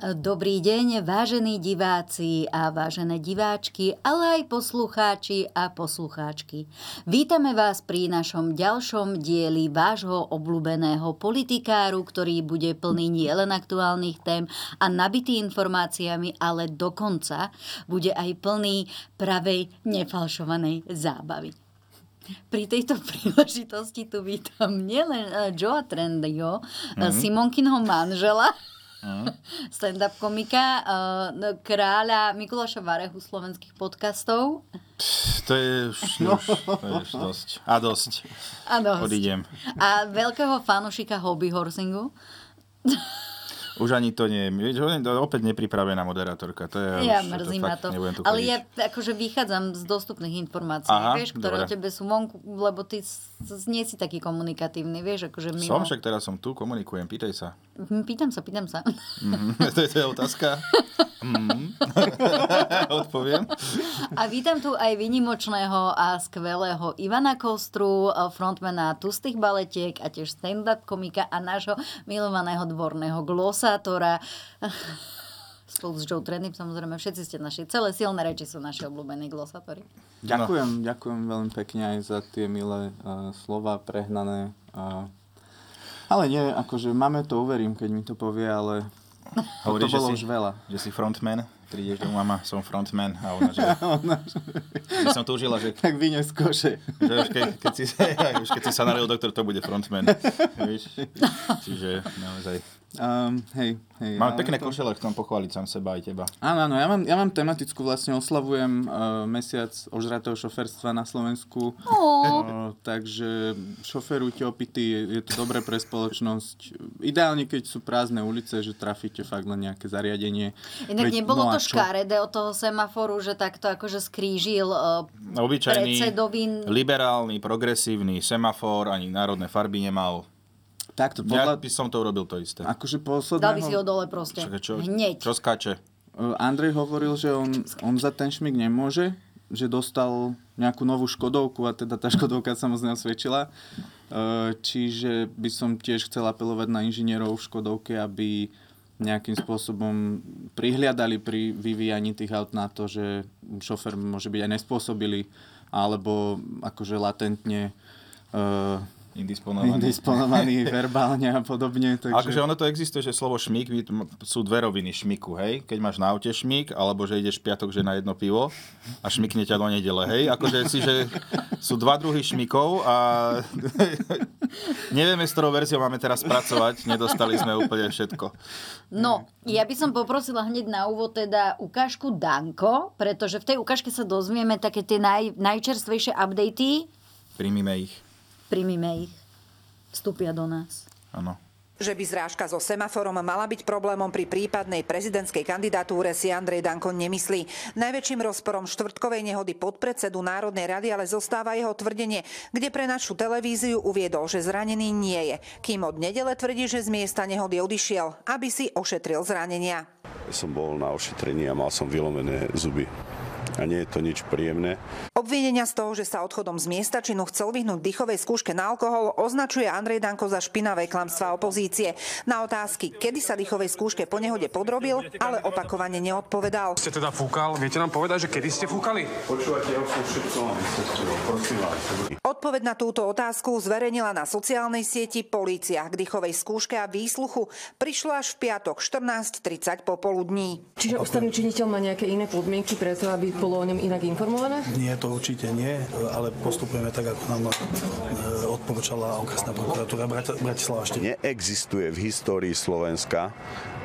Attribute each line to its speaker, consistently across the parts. Speaker 1: Dobrý deň, vážení diváci a vážené diváčky, ale aj poslucháči a poslucháčky. Vítame vás pri našom ďalšom dieli vášho obľúbeného politikáru, ktorý bude plný nielen aktuálnych tém a nabitý informáciami, ale dokonca bude aj plný pravej nefalšovanej zábavy. Pri tejto príležitosti tu vítam nielen eh, Joa Trendyho, mm-hmm. Simonkinho manžela, stand-up komika, eh, no, kráľa Mikuláša Varehu slovenských podcastov.
Speaker 2: To je už, no. už, to je už dosť. A dosť.
Speaker 1: A dosť.
Speaker 2: Odídem.
Speaker 1: A veľkého fanušika hobby horsingu.
Speaker 2: Už ani to nie je. Vieš, hovorím, to je Opäť nepripravená moderátorka. To je,
Speaker 1: Ja
Speaker 2: už,
Speaker 1: mrzí
Speaker 2: to
Speaker 1: ma
Speaker 2: fakt
Speaker 1: to.
Speaker 2: Nebudem tu
Speaker 1: Ale
Speaker 2: chodiť.
Speaker 1: ja akože vychádzam z dostupných informácií,
Speaker 2: Aha,
Speaker 1: vieš, ktoré o
Speaker 2: dobre.
Speaker 1: tebe sú vonku, lebo ty s- s- nie si taký komunikatívny, vieš, akože mimo.
Speaker 2: Som však teraz som tu, komunikujem, pýtaj sa.
Speaker 1: Hm, Pýtam sa, pýtam sa.
Speaker 2: to je tvoja otázka? Mm. Odpoviem.
Speaker 1: A vítam tu aj vynimočného a skvelého Ivana Kostru, eh, frontmana tustých baletiek a tiež stand-up komika a nášho milovaného dvorného glosátora. Spolu s Joe Trennym, samozrejme, všetci ste naši, celé silné reči sú naši obľúbení glosátori.
Speaker 2: No.
Speaker 3: Ďakujem, ďakujem veľmi pekne aj za tie milé uh, slova, prehnané. Uh, ale nie, akože máme to, uverím, keď mi to povie, ale to
Speaker 2: Hovoríš, že
Speaker 3: bolo
Speaker 2: si-
Speaker 3: už veľa.
Speaker 2: Že si frontman? Prídeš do mama, som frontman. A ona, že... By som túžila, že,
Speaker 3: No, Tak vyne z koše.
Speaker 2: že už, keď, keď si, už keď si sa narodil doktor, to bude frontman. Víš? Čiže naozaj...
Speaker 3: Um, hej, hej.
Speaker 2: Mám
Speaker 3: ale
Speaker 2: pekné
Speaker 3: to-
Speaker 2: košele, chcem pochváliť sám seba aj teba.
Speaker 3: Áno, áno, ja mám, ja mám tematickú, vlastne oslavujem uh, mesiac ožratého šoferstva na Slovensku.
Speaker 1: Oh.
Speaker 3: O, takže šoferujte opity, je, je to dobré pre spoločnosť. Ideálne, keď sú prázdne ulice, že trafíte fakt len nejaké zariadenie.
Speaker 1: Inak
Speaker 3: Veď-
Speaker 1: nebolo
Speaker 3: no
Speaker 1: to
Speaker 3: a čo?
Speaker 1: škaredé od toho semaforu, že takto akože skrížil uh,
Speaker 2: obyčajný
Speaker 1: predsedovi-
Speaker 2: liberálny, progresívny semafor, ani národné farby nemal.
Speaker 3: Takto,
Speaker 2: Podľa... Ja
Speaker 3: podľa,
Speaker 2: by som to urobil to isté.
Speaker 3: Akože
Speaker 1: dal by si ho
Speaker 3: posledného...
Speaker 1: dole proste.
Speaker 2: Čakaj, čo,
Speaker 1: Hneď.
Speaker 2: čo skáče?
Speaker 3: Uh, Andrej hovoril, že on, on za ten šmik nemôže, že dostal nejakú novú škodovku a teda tá škodovka sa moc neosvedčila. Uh, Čiže by som tiež chcel apelovať na inžinierov v škodovke, aby nejakým spôsobom prihliadali pri vyvíjaní tých aut na to, že šofer môže byť aj nespôsobilý alebo akože latentne uh,
Speaker 2: Indisponovaný.
Speaker 3: indisponovaný verbálne a podobne. Takže...
Speaker 2: Akože ono to existuje, že slovo šmík, vy- m- sú dve roviny šmiku, hej? Keď máš na aute šmík, alebo že ideš v piatok, že na jedno pivo a šmikne ťa do nedele, hej? Akože si, že sú dva druhy šmikov a nevieme, s ktorou verziou máme teraz pracovať, nedostali sme úplne všetko.
Speaker 1: No,
Speaker 2: Mm.
Speaker 1: ja by som poprosila hneď na úvod teda ukážku Danko, pretože v tej ukážke sa dozvieme také tie naj, najčerstvejšie updaty.
Speaker 2: Príjmime ich,
Speaker 1: Primíme ich. Vstúpia do nás.
Speaker 2: áno.
Speaker 4: Že by zrážka so semaforom mala byť problémom pri prípadnej prezidentskej kandidatúre si Andrej Danko nemyslí. Najväčším rozporom štvrtkovej nehody podpredsedu Národnej rady ale zostáva jeho tvrdenie, kde pre našu televíziu uviedol, že zranený nie je, kým od nedele tvrdí, že z miesta nehody odišiel, aby si ošetril zranenia.
Speaker 5: Som bol na ošetrení a mal som vylomené zuby. A nie je to nič príjemné.
Speaker 4: Obvinenia z toho, že sa odchodom z miesta činu chcel vyhnúť dýchovej skúške na alkohol, označuje Andrej Danko za špinavé klamstvá opozície. Na otázky, kedy sa dýchovej skúške po nehode podrobil, ale opakovane neodpovedal.
Speaker 6: ste teda fúkal, viete nám povedať, že kedy ste fúkali?
Speaker 5: Počúvate, ja už som všetko vám vysvetlil, prosím vás.
Speaker 4: Odpoveď na túto otázku zverejnila na sociálnej sieti Polícia k dýchovej skúške a výsluchu. Prišla až v piatok 14.30 popoludní.
Speaker 7: Čiže ústavný činiteľ má nejaké iné podmienky pre to, aby bolo o ňom inak informované?
Speaker 8: Nie, to určite nie, ale postupujeme tak, ako nám e, eh, odporúčala okresná prokuratúra Brat- Bratislava 4.
Speaker 5: Neexistuje v histórii Slovenska,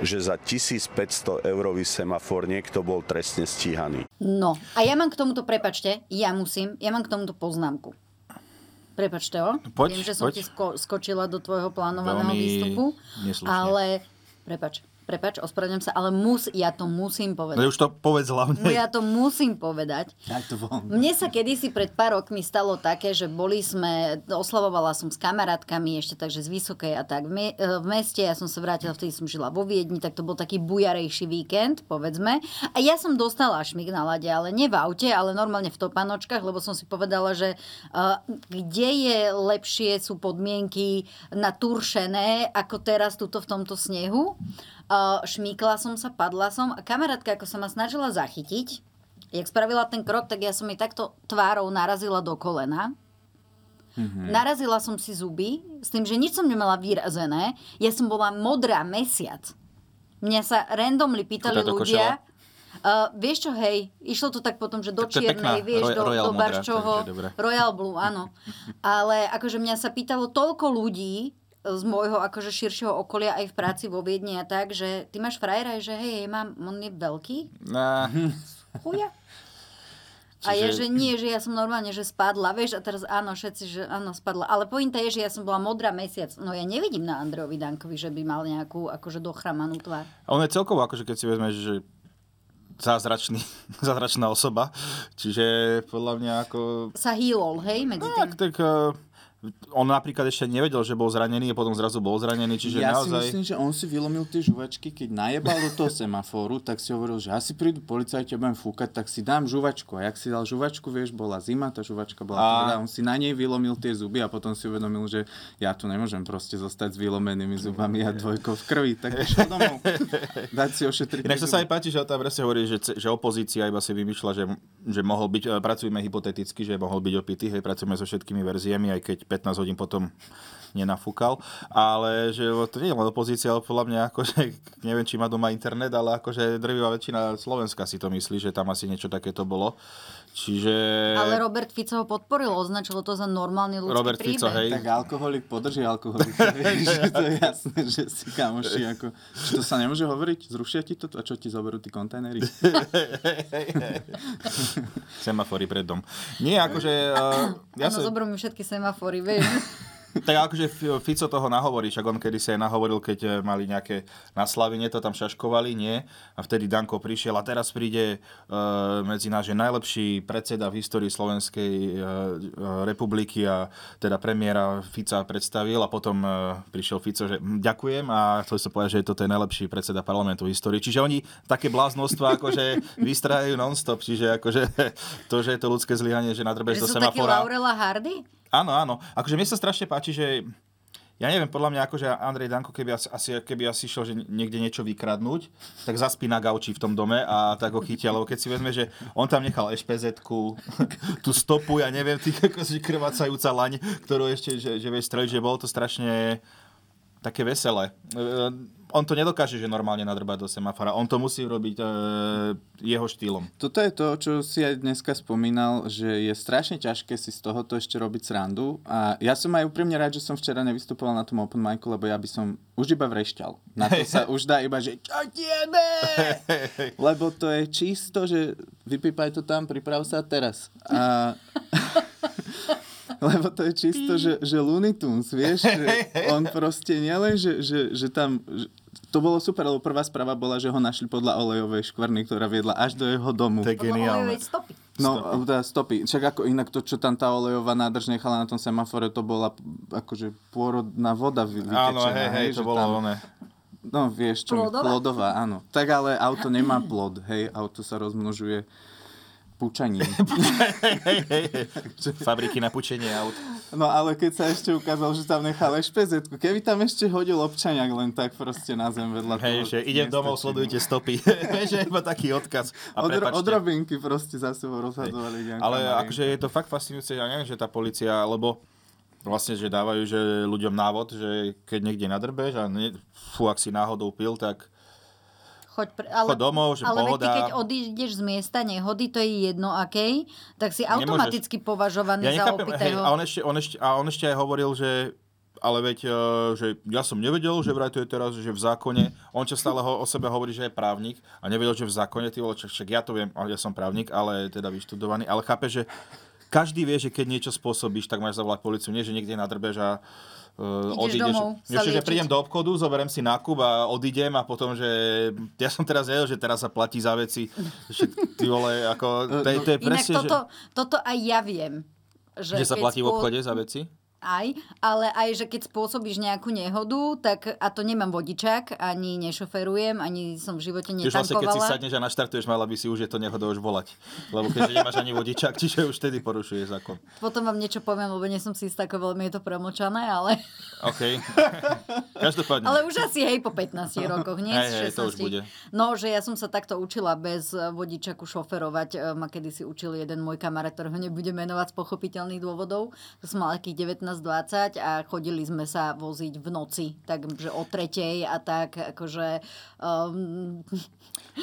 Speaker 5: že za 1500 eurový semafor niekto bol trestne stíhaný.
Speaker 1: No, a ja mám k tomuto, prepačte, ja musím, ja mám k tomuto poznámku. Prepačte, o?
Speaker 2: No poď,
Speaker 1: Viem, že som
Speaker 2: poď.
Speaker 1: ti sko- skočila do tvojho plánovaného
Speaker 2: Veľmi
Speaker 1: výstupu,
Speaker 2: neslušne.
Speaker 1: ale prepač, prepač, ospravedlňujem sa, ale mus, ja to musím
Speaker 2: No
Speaker 1: povedať.
Speaker 2: už to povedz hlavne.
Speaker 1: No ja to musím povedať.
Speaker 3: Daj to von.
Speaker 1: Mne sa kedysi pred pár rokmi stalo také, že boli sme, oslavovala som s kamarátkami ešte takže z Vysokej a tak v, me- e, v meste, ja som sa vrátila, vtedy som žila vo Viedni, tak to bol taký bujarejší víkend, povedzme. A ja som dostala šmik na lade, ale nie v aute, ale normálne v topanočkách, lebo som si povedala, že e, kde je lepšie sú podmienky na turšené, ako teraz tuto v tomto snehu. E, Šmíkla som sa, padla som a kamarátka, ako sa ma snažila zachytiť, Jak spravila ten krok, tak ja som jej takto tvárou narazila do kolena.
Speaker 2: Mhm.
Speaker 1: Mm-hmm. Narazila som si zuby, s tým, že nič som nemala vyrazené. Ja som bola modrá mesiac. Mňa sa randomly pýtali
Speaker 2: Chudá do
Speaker 1: ľudia... Uh, vieš čo, hej, išlo to tak potom, že do
Speaker 2: Tak to je
Speaker 1: čiernej,
Speaker 2: pekná
Speaker 1: vieš,
Speaker 2: Roy-
Speaker 1: do,
Speaker 2: Royal
Speaker 1: do
Speaker 2: modrá,
Speaker 1: barčoho,
Speaker 2: takže dobre.
Speaker 1: Royal Blue, áno. Ale akože mňa sa pýtalo toľko ľudí e, z môjho akože širšieho okolia aj v práci vo Viedni a tak, že ty máš frajera, že hej, hej, mám, on je veľký,
Speaker 2: Na,
Speaker 1: chuja. A je, že nie, že ja som normálne, že spadla, vieš, a teraz áno, všetci, že áno, spadla. Ale pointa je, že ja som bola modrá mesiac. No ja nevidím na Andrejovi Dankovi, že by mal nejakú akože dochramanú tvár.
Speaker 2: A on je celkovo, akože keď si vezmeš, že zázračný, zázračná osoba. Čiže podľa mňa ako...
Speaker 1: Sa hýlol, hej, medzi tým.
Speaker 2: Tak, tak eh, on napríklad ešte nevedel, že bol zranený a potom zrazu bol zranený, čiže
Speaker 3: ja si
Speaker 2: naozaj...
Speaker 3: myslím, že on si vylomil tie žuvačky, keď najebal do toho semaforu, tak si hovoril, že asi prídu policajti a budem fúkať, tak si dám žuvačku. A jak si dal žuvačku, vieš, bola zima, tá žuvačka bola
Speaker 2: A-
Speaker 3: tvrdá, on si na nej vylomil tie zuby a potom si uvedomil, že ja tu nemôžem proste zostať s vylomenými zubami a dvojkou v krvi, tak išiel domov. Dať si ošetriť.
Speaker 2: Inak to
Speaker 3: tie
Speaker 2: sa aj
Speaker 3: zuby.
Speaker 2: páči, že tá presne hovorí, že, ce- že opozícia iba si vymýšľa, že, že mohol byť, eh, pracujeme hypoteticky, že mohol byť opitý, hej, pracujeme so všetkými verziami, aj keď 15 hodín potom nenafúkal, ale že to nie je len opozícia, ale podľa mňa akože, neviem, či má doma internet, ale akože drvivá väčšina Slovenska si to myslí, že tam asi niečo takéto bolo. Čiže...
Speaker 1: Ale Robert Fico ho podporil, označilo to za normálny ľudský
Speaker 2: Robert
Speaker 1: príbeh.
Speaker 2: Fico, hej.
Speaker 3: Tak alkoholik podrží alkoholika, vieš, že to je jasné, že si kamoši ako... Či to sa nemôže hovoriť? Zrušia ti to? A čo ti zoberú tí kontajnery?
Speaker 2: Semafory pred dom. Nie, akože... eh,
Speaker 1: Ja áno, zoberú mi všetky semafory, vieš.
Speaker 2: Tak akože Fi- Fico toho nahovorí, však on kedy sa aj nahovoril, keď e, mali nejaké naslavenie, to tam šaškovali, nie? A vtedy Danko prišiel a teraz príde e, medzi nás, že najlepší predseda v histórii Slovenskej e, e, republiky a teda premiéra Fica predstavil a potom e, prišiel Fico, že "Mm, ďakujem a chcel som povedať, že toto je najlepší predseda parlamentu v histórii. Čiže oni také bláznostva akože vystrajajú non-stop, čiže akože to, že je to ľudské zlyhanie, že nadrbeš do
Speaker 1: že sú takí
Speaker 2: semafora.
Speaker 1: Laurela Hardy?
Speaker 2: Áno, áno. Akože mne sa strašne páči, že ja neviem, podľa mňa akože Andrej Danko, keby asi- asi, keby asi išiel, že niekde niečo vykradnúť, tak zaspí na gauči v tom dome a tak ho chytia, lebo keď si vezme, že on tam nechal ešpz tú stopu, ja neviem, ty kokos, že krvácajúca laň, ktorú ešte, že, že vieš streliť, že bolo to strašne také veselé. E, On to nedokáže, že normálne nadrbať do semafora, on to musí robiť e, jeho štýlom.
Speaker 3: Toto je to, čo si aj dneska spomínal, že je strašne ťažké si z tohoto ešte robiť srandu. A ja som aj úprimne rád, že som včera nevystupoval na tom open micu, lebo ja by som už iba vrešťal. Na to sa už dá iba, že čo tieme? Lebo to je čisto, že vypípaj to tam, priprav sa teraz. A... Lebo to je čisto, že, že Looney Tunes, vieš, že on proste nielen, že, že, že tam... Že, to bolo super, lebo prvá správa bola, že ho našli podľa olejovej škvrny, ktorá viedla až do jeho domu.
Speaker 2: To je geniálne.
Speaker 1: Olejovej stopy.
Speaker 3: No, stopy. teda stopy. Však ako inak to, čo tam tá olejová nádrž nechala na tom semafore, to bola akože pôrodná voda vy- vytečená.
Speaker 2: Áno, hej, hej, to
Speaker 3: že
Speaker 2: bolo
Speaker 3: tam,
Speaker 2: oné.
Speaker 3: No, vieš čo,
Speaker 1: Plodová?
Speaker 3: plodová? plodová, áno. Tak ale auto nemá plod, hej, auto sa rozmnožuje púčaním.
Speaker 2: Fabriky na pučenie aut.
Speaker 3: No ale keď sa ešte ukázalo, že tam nechal ešpezetku, keby tam ešte hodil občaniak len tak proste na zem vedľa toho,
Speaker 2: Hej, že idem
Speaker 3: nestačí,
Speaker 2: domov,
Speaker 3: no.
Speaker 2: sledujte stopy. Vieš, že iba taký odkaz. A
Speaker 3: Od,
Speaker 2: prepačte.
Speaker 3: od robinky proste za sebou rozhadzovali Janka
Speaker 2: Ale
Speaker 3: Marienka.
Speaker 2: akože je to fakt fascinujúce, ja neviem, že tá policia, lebo vlastne, že dávajú že ľuďom návod, že keď niekde nadrbeš a ne, fú, ak si náhodou pil, tak
Speaker 1: choď, pre, ale,
Speaker 2: Choď domov, že
Speaker 1: ale veď ty,
Speaker 2: pohoda.
Speaker 1: keď odídeš z miesta nehody, to je jedno akej, tak si automaticky považovaný
Speaker 2: Ja
Speaker 1: za
Speaker 2: nechápem, hej,
Speaker 1: opitého.
Speaker 2: a, on ešte, on ešte, a on ešte aj hovoril, že ale veď, e, že ja som nevedel, že vraj to je teraz, že v zákone, on čo stále ho, o sebe hovorí, že je právnik a nevedel, že v zákone, ty vole, čak, čak ja to viem, ale ja som právnik, ale teda vyštudovaný, ale chápe, že každý vie, že keď niečo spôsobíš, tak máš zavolať policiu, nie, že niekde nadrbeš a Uh,
Speaker 1: Ideš domov sa
Speaker 2: Nie, že, že
Speaker 1: liečiť.
Speaker 2: prídem do obchodu, zoberiem si nákup a odídem a potom, že ja som teraz vedel, že teraz sa platí za veci. Že, ty vole, ako, to, je- to je
Speaker 1: Inak
Speaker 2: presne,
Speaker 1: toto,
Speaker 2: že...
Speaker 1: toto aj ja viem. Že,
Speaker 2: Že sa
Speaker 1: keď
Speaker 2: platí v
Speaker 1: spô-
Speaker 2: obchode za veci?
Speaker 1: Aj, ale aj, že keď spôsobíš nejakú nehodu, tak a to nemám vodičák, ani nešoferujem, ani som v živote
Speaker 2: Čiže vlastne, keď si
Speaker 1: netankovala.
Speaker 2: sadneš a naštartuješ, mala by si už je to nehoda už volať. Lebo keďže nemáš ani vodičák, čiže už vtedy porušuje zákon.
Speaker 1: Potom vám niečo poviem, lebo nie som si istá, ako veľmi je to premlčané, ale,
Speaker 2: OK. Každopádne.
Speaker 1: ale už asi hej po 15 rokoch, nie?
Speaker 2: No. Hej, hej, to už
Speaker 1: 16.
Speaker 2: bude.
Speaker 1: No, že ja som sa takto učila bez eh, vodičaku šoferovať. Eh, Ma kedysi učil jeden môj kamarát, ktorého nebudem menovať z pochopiteľných dôvodov. To som mala takých 19-20 a chodili sme sa voziť v noci, takže o tretej a tak, akože um,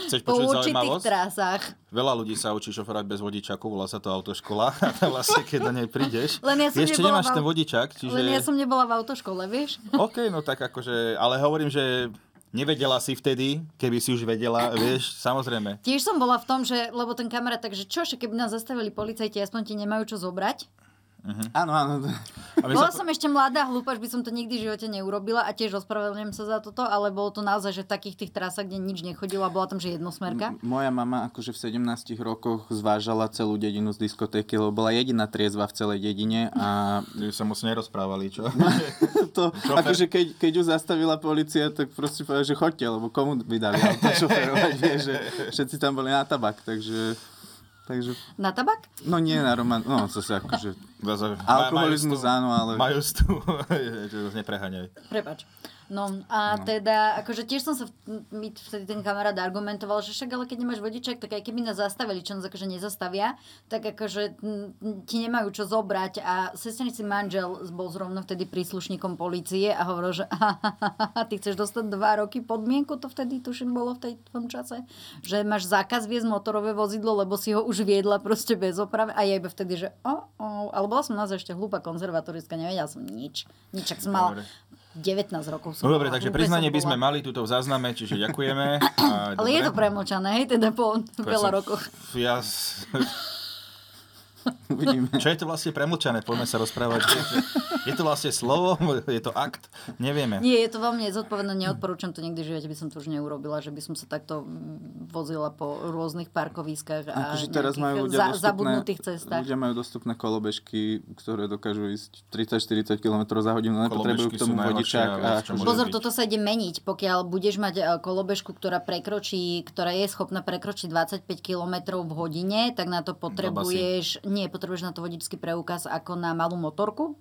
Speaker 2: Chceš
Speaker 1: po
Speaker 2: počuť
Speaker 1: určitých
Speaker 2: zaujímavosť?
Speaker 1: trasách.
Speaker 2: Veľa ľudí sa učí šoferovať bez vodičaku, volá sa to autoškola. A tam vlastne, keď do nej prídeš,
Speaker 1: Len ja som
Speaker 2: ešte
Speaker 1: nebola
Speaker 2: nemáš
Speaker 1: v au-
Speaker 2: ten vodičák. Čiže...
Speaker 1: Len ja som nebola v autoškole, vieš?
Speaker 2: OK, no tak akože, ale hovorím, že nevedela si vtedy, keby si už vedela, vieš, samozrejme.
Speaker 1: Tiež som bola v tom, že, lebo ten kamarát, takže čo, že keby nás zastavili policajti, aspoň ti nemajú čo zobrať.
Speaker 3: Áno, áno.
Speaker 2: A mne
Speaker 1: Bola
Speaker 2: sa-
Speaker 1: som ešte mladá, hlúpa, že by som to nikdy v živote neurobila a tiež ospravedlňujem sa za toto, ale bolo to naozaj, že v takých tých trasách, kde nič nechodilo a bola tam, že jednosmerka.
Speaker 3: Moja mama akože v 17 rokoch zvážala celú dedinu z diskotéky, lebo bola jediná triezva v celej dedine a
Speaker 2: Ty sa moc nerozprávali, čo?
Speaker 3: to, akože keď, keď ju zastavila policia, tak proste povedala, že chodte, lebo komu by dali auto šoferovať, vie, že všetci tam boli na tabak, takže, takže
Speaker 1: Na tabak?
Speaker 3: no nie na román, no zase akože,
Speaker 2: Zase-
Speaker 3: alkoholizmus áno, ale
Speaker 2: Majú tu, že to nepreháňaj.
Speaker 1: Prepač. No a teda, akože tiež som sa, v- mi vtedy ten kamarát argumentoval, že však ale keď nemáš vodiček, tak aj keby nás zastavili, čo nás akože nezastavia, tak akože m, ti nemajú čo zobrať a sestrnici manžel bol zrovna vtedy príslušníkom policie a hovoril, že ty chceš dostať dva roky podmienku, to vtedy tuším bolo v, tej, v tom čase, že máš zákaz viesť motorové vozidlo, lebo si ho už viedla proste bez opravy a ja iba vtedy, že o, o, ale bola som naozaj ešte hlúpa konzervatoristka, nevedela som nič, nič, ak som mala
Speaker 2: Dobre.
Speaker 1: 19 rokov som
Speaker 2: No dobre,
Speaker 1: mala.
Speaker 2: takže
Speaker 1: Úplne
Speaker 2: priznanie
Speaker 1: som
Speaker 2: by
Speaker 1: bola.
Speaker 2: sme mali tuto v zázname, čiže ďakujeme. A,
Speaker 1: Ale je to premočané, hej, teda po veľa
Speaker 2: som-
Speaker 1: rokoch.
Speaker 2: Ja... s-
Speaker 3: uvidíme.
Speaker 2: Čo je to vlastne premlčané? Poďme sa rozprávať. že- Je to vlastne slovo? Je to akt? Nevieme.
Speaker 1: Nie, je to veľmi nezodpovedné, neodporúčam to nikdy v živote, by som to už neurobila, že by som sa takto mm, vozila po rôznych parkoviskách a
Speaker 3: Akože teraz majú ľudia
Speaker 1: za,
Speaker 3: dostupné,
Speaker 1: zabudnutých cestách.
Speaker 3: ľudia majú dostupné kolobežky, ktoré dokážu ísť 30-40 km za hodinu, ale potrebujú
Speaker 2: Kolobežky
Speaker 3: k tomu
Speaker 2: sú najlepšia
Speaker 3: vodičák. A
Speaker 2: vec, čo
Speaker 3: akože-
Speaker 2: môže
Speaker 1: Pozor,
Speaker 2: byť.
Speaker 1: toto sa ide meniť, pokiaľ budeš mať e, kolobežku, ktorá prekročí, ktorá je schopná prekročiť 25 km v hodine, tak na to potrebuješ, nie, potrebuješ na to vodičský preukaz ako na malú motorku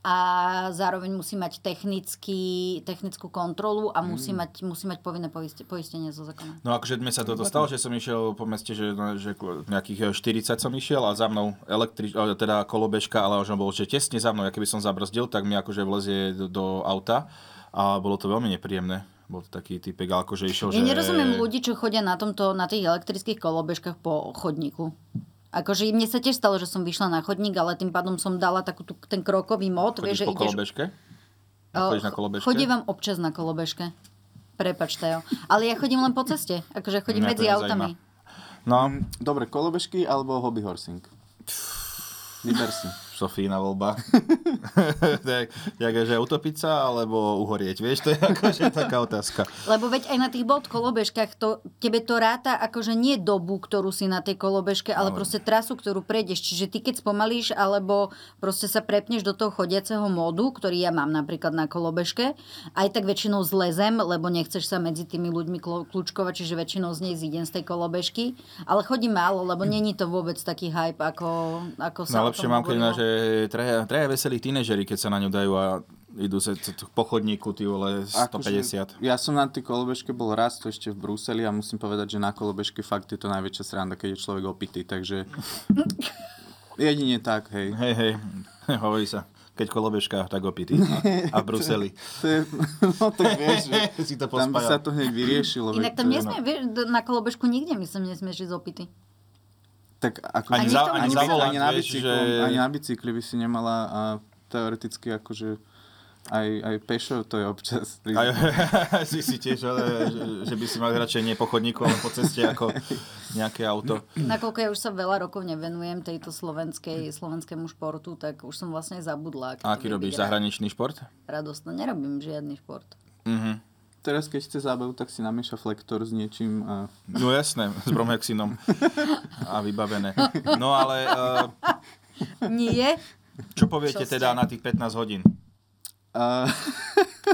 Speaker 1: a zároveň musí mať technický, technickú kontrolu a
Speaker 2: Mm.
Speaker 1: musí, mať, musí mať povinné poiste- poistenie zo zákona.
Speaker 2: No akože mne sa toto stalo, že som išiel po meste, že, no, že nejakých 40 som išiel a za mnou električ, ale teda kolobežka, ale už on bol že tesne za mnou, ja keby som zabrzdil, tak mi akože vlezie do, do auta a bolo to veľmi nepríjemné. Bol to taký typek, ale akože išiel,
Speaker 1: Ja
Speaker 2: že...
Speaker 1: nerozumiem ľudí, čo chodia na, tomto, na tých elektrických kolobežkách po chodníku. Akože mne sa tiež stalo, že som vyšla na chodník, ale tým pádom som dala takú tú, ten krokový mod,
Speaker 2: Chodíš
Speaker 1: vieš, že
Speaker 2: po
Speaker 1: ideš
Speaker 2: kolobežke? Chodíš na kolobežke?
Speaker 1: Chodím vám občas na kolobežke. Prepač, Teo. Ale ja chodím len po ceste. Akože chodím
Speaker 2: Mňa to
Speaker 1: medzi
Speaker 2: nezajíma.
Speaker 1: autami.
Speaker 2: No,
Speaker 3: Dobre, kolobežky alebo hobby horsing? Vyber si.
Speaker 2: Sofína voľba. tak, jak, že utopiť sa, alebo uhorieť, vieš, to je akože taká otázka.
Speaker 1: Lebo veď aj na tých bod kolobežkách to, tebe to ráta akože nie dobu, ktorú si na tej kolobežke, ale proste trasu, ktorú prejdeš. Čiže ty keď spomalíš alebo proste sa prepneš do toho chodiaceho módu, ktorý ja mám napríklad na kolobežke, aj tak väčšinou zlezem, lebo nechceš sa medzi tými ľuďmi klo- kľúčkovať, čiže väčšinou z nej zídem z tej kolobežky. Ale chodím málo, lebo není to vôbec taký hype, ako, ako sa o
Speaker 2: Najlepšie
Speaker 1: tom no.
Speaker 2: mám, keď
Speaker 1: hovorilo.
Speaker 2: na, že traja, traja veselí tínežeri, keď sa na ňu dajú a idú sa t- t- po chodníku, ty vole, 150.
Speaker 3: Akože ja som na tej kolobežke bol raz, to ešte v Bruseli a musím povedať, že na kolobežke fakt je to najväčšia sranda, keď je človek opitý, takže jedine tak, hej.
Speaker 2: Hej, hej, hovorí sa. keď kolobežka, tak opitý. No. A v Bruseli.
Speaker 3: To je, no tak vieš, že
Speaker 2: Si to
Speaker 3: tam by
Speaker 2: pospájal.
Speaker 3: sa to hneď vyriešilo. veď
Speaker 1: Inak
Speaker 3: to
Speaker 1: tam
Speaker 3: je-
Speaker 1: nesmie, vieš, do- na kolobežku nikde myslím, nesmieš ísť opity.
Speaker 3: Tak ako,
Speaker 2: Ani za-
Speaker 1: ani za
Speaker 2: volant,
Speaker 3: ani, na
Speaker 2: vieš,
Speaker 3: bicyklu,
Speaker 2: že-
Speaker 3: ani na bicykli by si nemala a teoreticky akože aj, aj pešo to je občas.
Speaker 2: Aj, si si tiež, ale, že, že by si mal radšej nie po chodníku, ale po ceste ako nejaké auto.
Speaker 1: Nakoľko ja už sa veľa rokov nevenujem tejto slovenskej, slovenskému športu, tak už som vlastne zabudla.
Speaker 2: A
Speaker 1: to
Speaker 2: aký
Speaker 1: vie byť
Speaker 2: robíš?
Speaker 1: ra-
Speaker 2: Zahraničný šport?
Speaker 1: Radostno. Nerobím žiadny šport.
Speaker 3: Teraz keď chce zábavu, tak si namieša flektor s niečím a
Speaker 2: No jasné, s bromhexinom. A vybavené. No ale eh,
Speaker 1: Nie.
Speaker 2: čo poviete
Speaker 1: Čo ste?
Speaker 2: teda na tých 15 hodín?
Speaker 3: A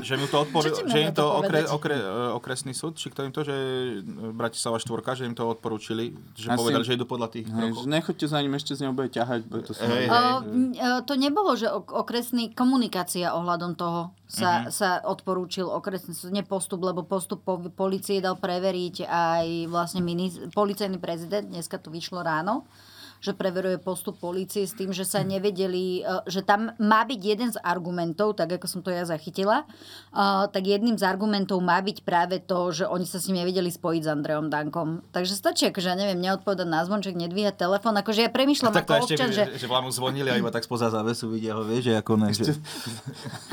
Speaker 2: Že, mu to odporu...
Speaker 1: Čo ti máme
Speaker 2: že im to
Speaker 1: to
Speaker 2: okre...
Speaker 1: povedať?
Speaker 2: Okre... eh, okresný súd, či kto im to, že eh, Bratislava štvorka, že im to odporúčili, že
Speaker 3: Asi-
Speaker 2: povedali, že idú podľa tých
Speaker 3: hej,
Speaker 2: krokov.
Speaker 3: že nechoďte za ním, ešte z neho bude ťahať, bude to
Speaker 2: Hej,
Speaker 3: hey,
Speaker 2: hej.
Speaker 1: O, m, e, to nebolo, že ok- okresný komunikácia ohľadom toho
Speaker 2: Mhm.
Speaker 1: sa, sa odporúčil okresný súd, nie postup, lebo postup po, policie dal preveriť aj vlastne minis, policajný prezident, dneska to vyšlo ráno, že preveruje postup policie s tým, že sa nevedeli, e, že tam má byť jeden z argumentov, tak ako som to ja zachytila, e, tak jedným z argumentov má byť práve to, že oni sa s ním nevedeli spojiť s Andreom Dankom. Takže stačí, akože ja neviem, neodpovedať na zvonček, nedvíhať telefón, akože ja
Speaker 2: A
Speaker 1: premyšľam
Speaker 2: tak
Speaker 1: ako
Speaker 2: to ešte,
Speaker 1: občan,
Speaker 2: že,
Speaker 1: že
Speaker 2: že vám zvonili a iba tak spoza závesu vidia ho, vieš, že ako ne, že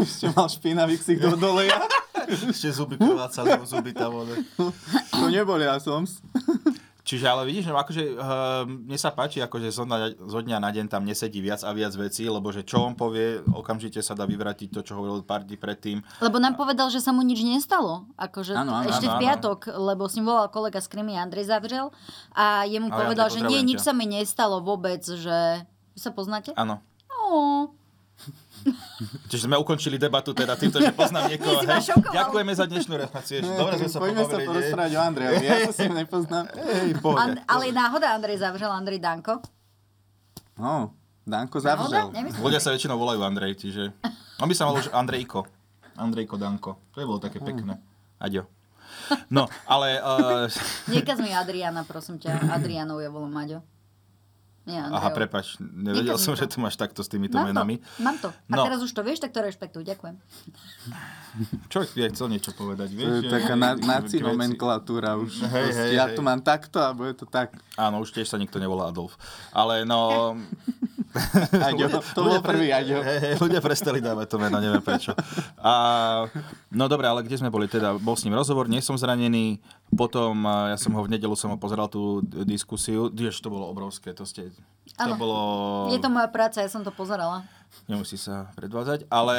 Speaker 3: Ešte mal špinavý ksich do dole, ja
Speaker 2: ešte zuby krvácali, mu zuby tam, ale...
Speaker 3: to nebol ja som.
Speaker 2: Čiže ale vidíš, že akože, uh, mne sa páči, akože zo dňa, zo dňa na deň tam nesedí viac a viac vecí, lebo že čo on povie, okamžite sa dá vyvratiť to, čo hovoril pár dní predtým.
Speaker 1: Lebo nám povedal, že sa mu nič nestalo. Akože
Speaker 3: Áno, áno,
Speaker 1: ešte v
Speaker 2: áno, áno.
Speaker 1: piatok, lebo s ním volal kolega z Krymy Andrej Zavrel a jemu
Speaker 2: Ahoj,
Speaker 1: povedal,
Speaker 2: Andrej,
Speaker 1: že nie,
Speaker 2: pozdravujem
Speaker 1: nič
Speaker 2: ťa.
Speaker 1: sa mi nestalo vôbec, že... Vy sa poznáte? No.
Speaker 2: Áno.
Speaker 1: Ó,
Speaker 2: Čiže sme ukončili debatu teda týmto, že poznám niekoho.
Speaker 1: si ma
Speaker 2: hej.
Speaker 1: šokoval.
Speaker 2: Ďakujeme za dnešnú reláciu. ešte. Dobre sme sa
Speaker 3: Poďme sa
Speaker 2: pobavili, nie?
Speaker 3: porozprávať o Andrejovi, ja to si nepoznám.
Speaker 2: Hej, v pohode.
Speaker 1: An- ale je náhoda Andrej Zavrel, Andrej Danko.
Speaker 3: No, Danko
Speaker 1: Náhoda?
Speaker 3: zavřel.
Speaker 1: Nemyslíš?
Speaker 2: Ľudia sa väčšinou volajú Andrej, čiže... On by sa mal už Andrejko. Andrejko Danko. To je bolo také
Speaker 3: Hm.
Speaker 2: pekné. Aďo. No, ale... Uh,
Speaker 1: Niekaz mi Adriana, prosím ťa. Adrianov je volám Maďo. Nie, Andrejov.
Speaker 2: aha, prepač, nevedel
Speaker 1: Nikdy
Speaker 2: som,
Speaker 1: to.
Speaker 2: že tu máš takto s týmito
Speaker 1: Mám to,
Speaker 2: menami.
Speaker 1: mám to. A
Speaker 2: No.
Speaker 1: teraz už to vieš, tak to rešpektuj. Ďakujem.
Speaker 2: Človek by aj chcel niečo povedať, vieš?
Speaker 3: To je
Speaker 2: že-
Speaker 3: taká na,
Speaker 2: že-
Speaker 3: naci
Speaker 2: že veci-
Speaker 3: nomenklatúra už.
Speaker 2: Hej,
Speaker 3: Proste
Speaker 2: hej,
Speaker 3: ja
Speaker 2: hej.
Speaker 3: to mám takto a bude to tak.
Speaker 2: Áno, už tiež sa nikto nevolá Adolf. Ale no...
Speaker 3: Aďo, to bol
Speaker 2: pre-
Speaker 3: prvý Aďo.
Speaker 2: Hej, hej, ľudia prestali dávať to meno, neviem prečo. A, no dobre, ale kde sme boli? Teda bol s ním rozhovor, nie som zranený. Potom, a ja som ho v nedelu som ho pozeral tú d- diskusiu. Jež, to bolo obrovské, to ste... To
Speaker 1: Áno.
Speaker 2: bolo...
Speaker 1: Je to moja práca, ja som to pozerala.
Speaker 2: Nemusí sa predvádzať, ale...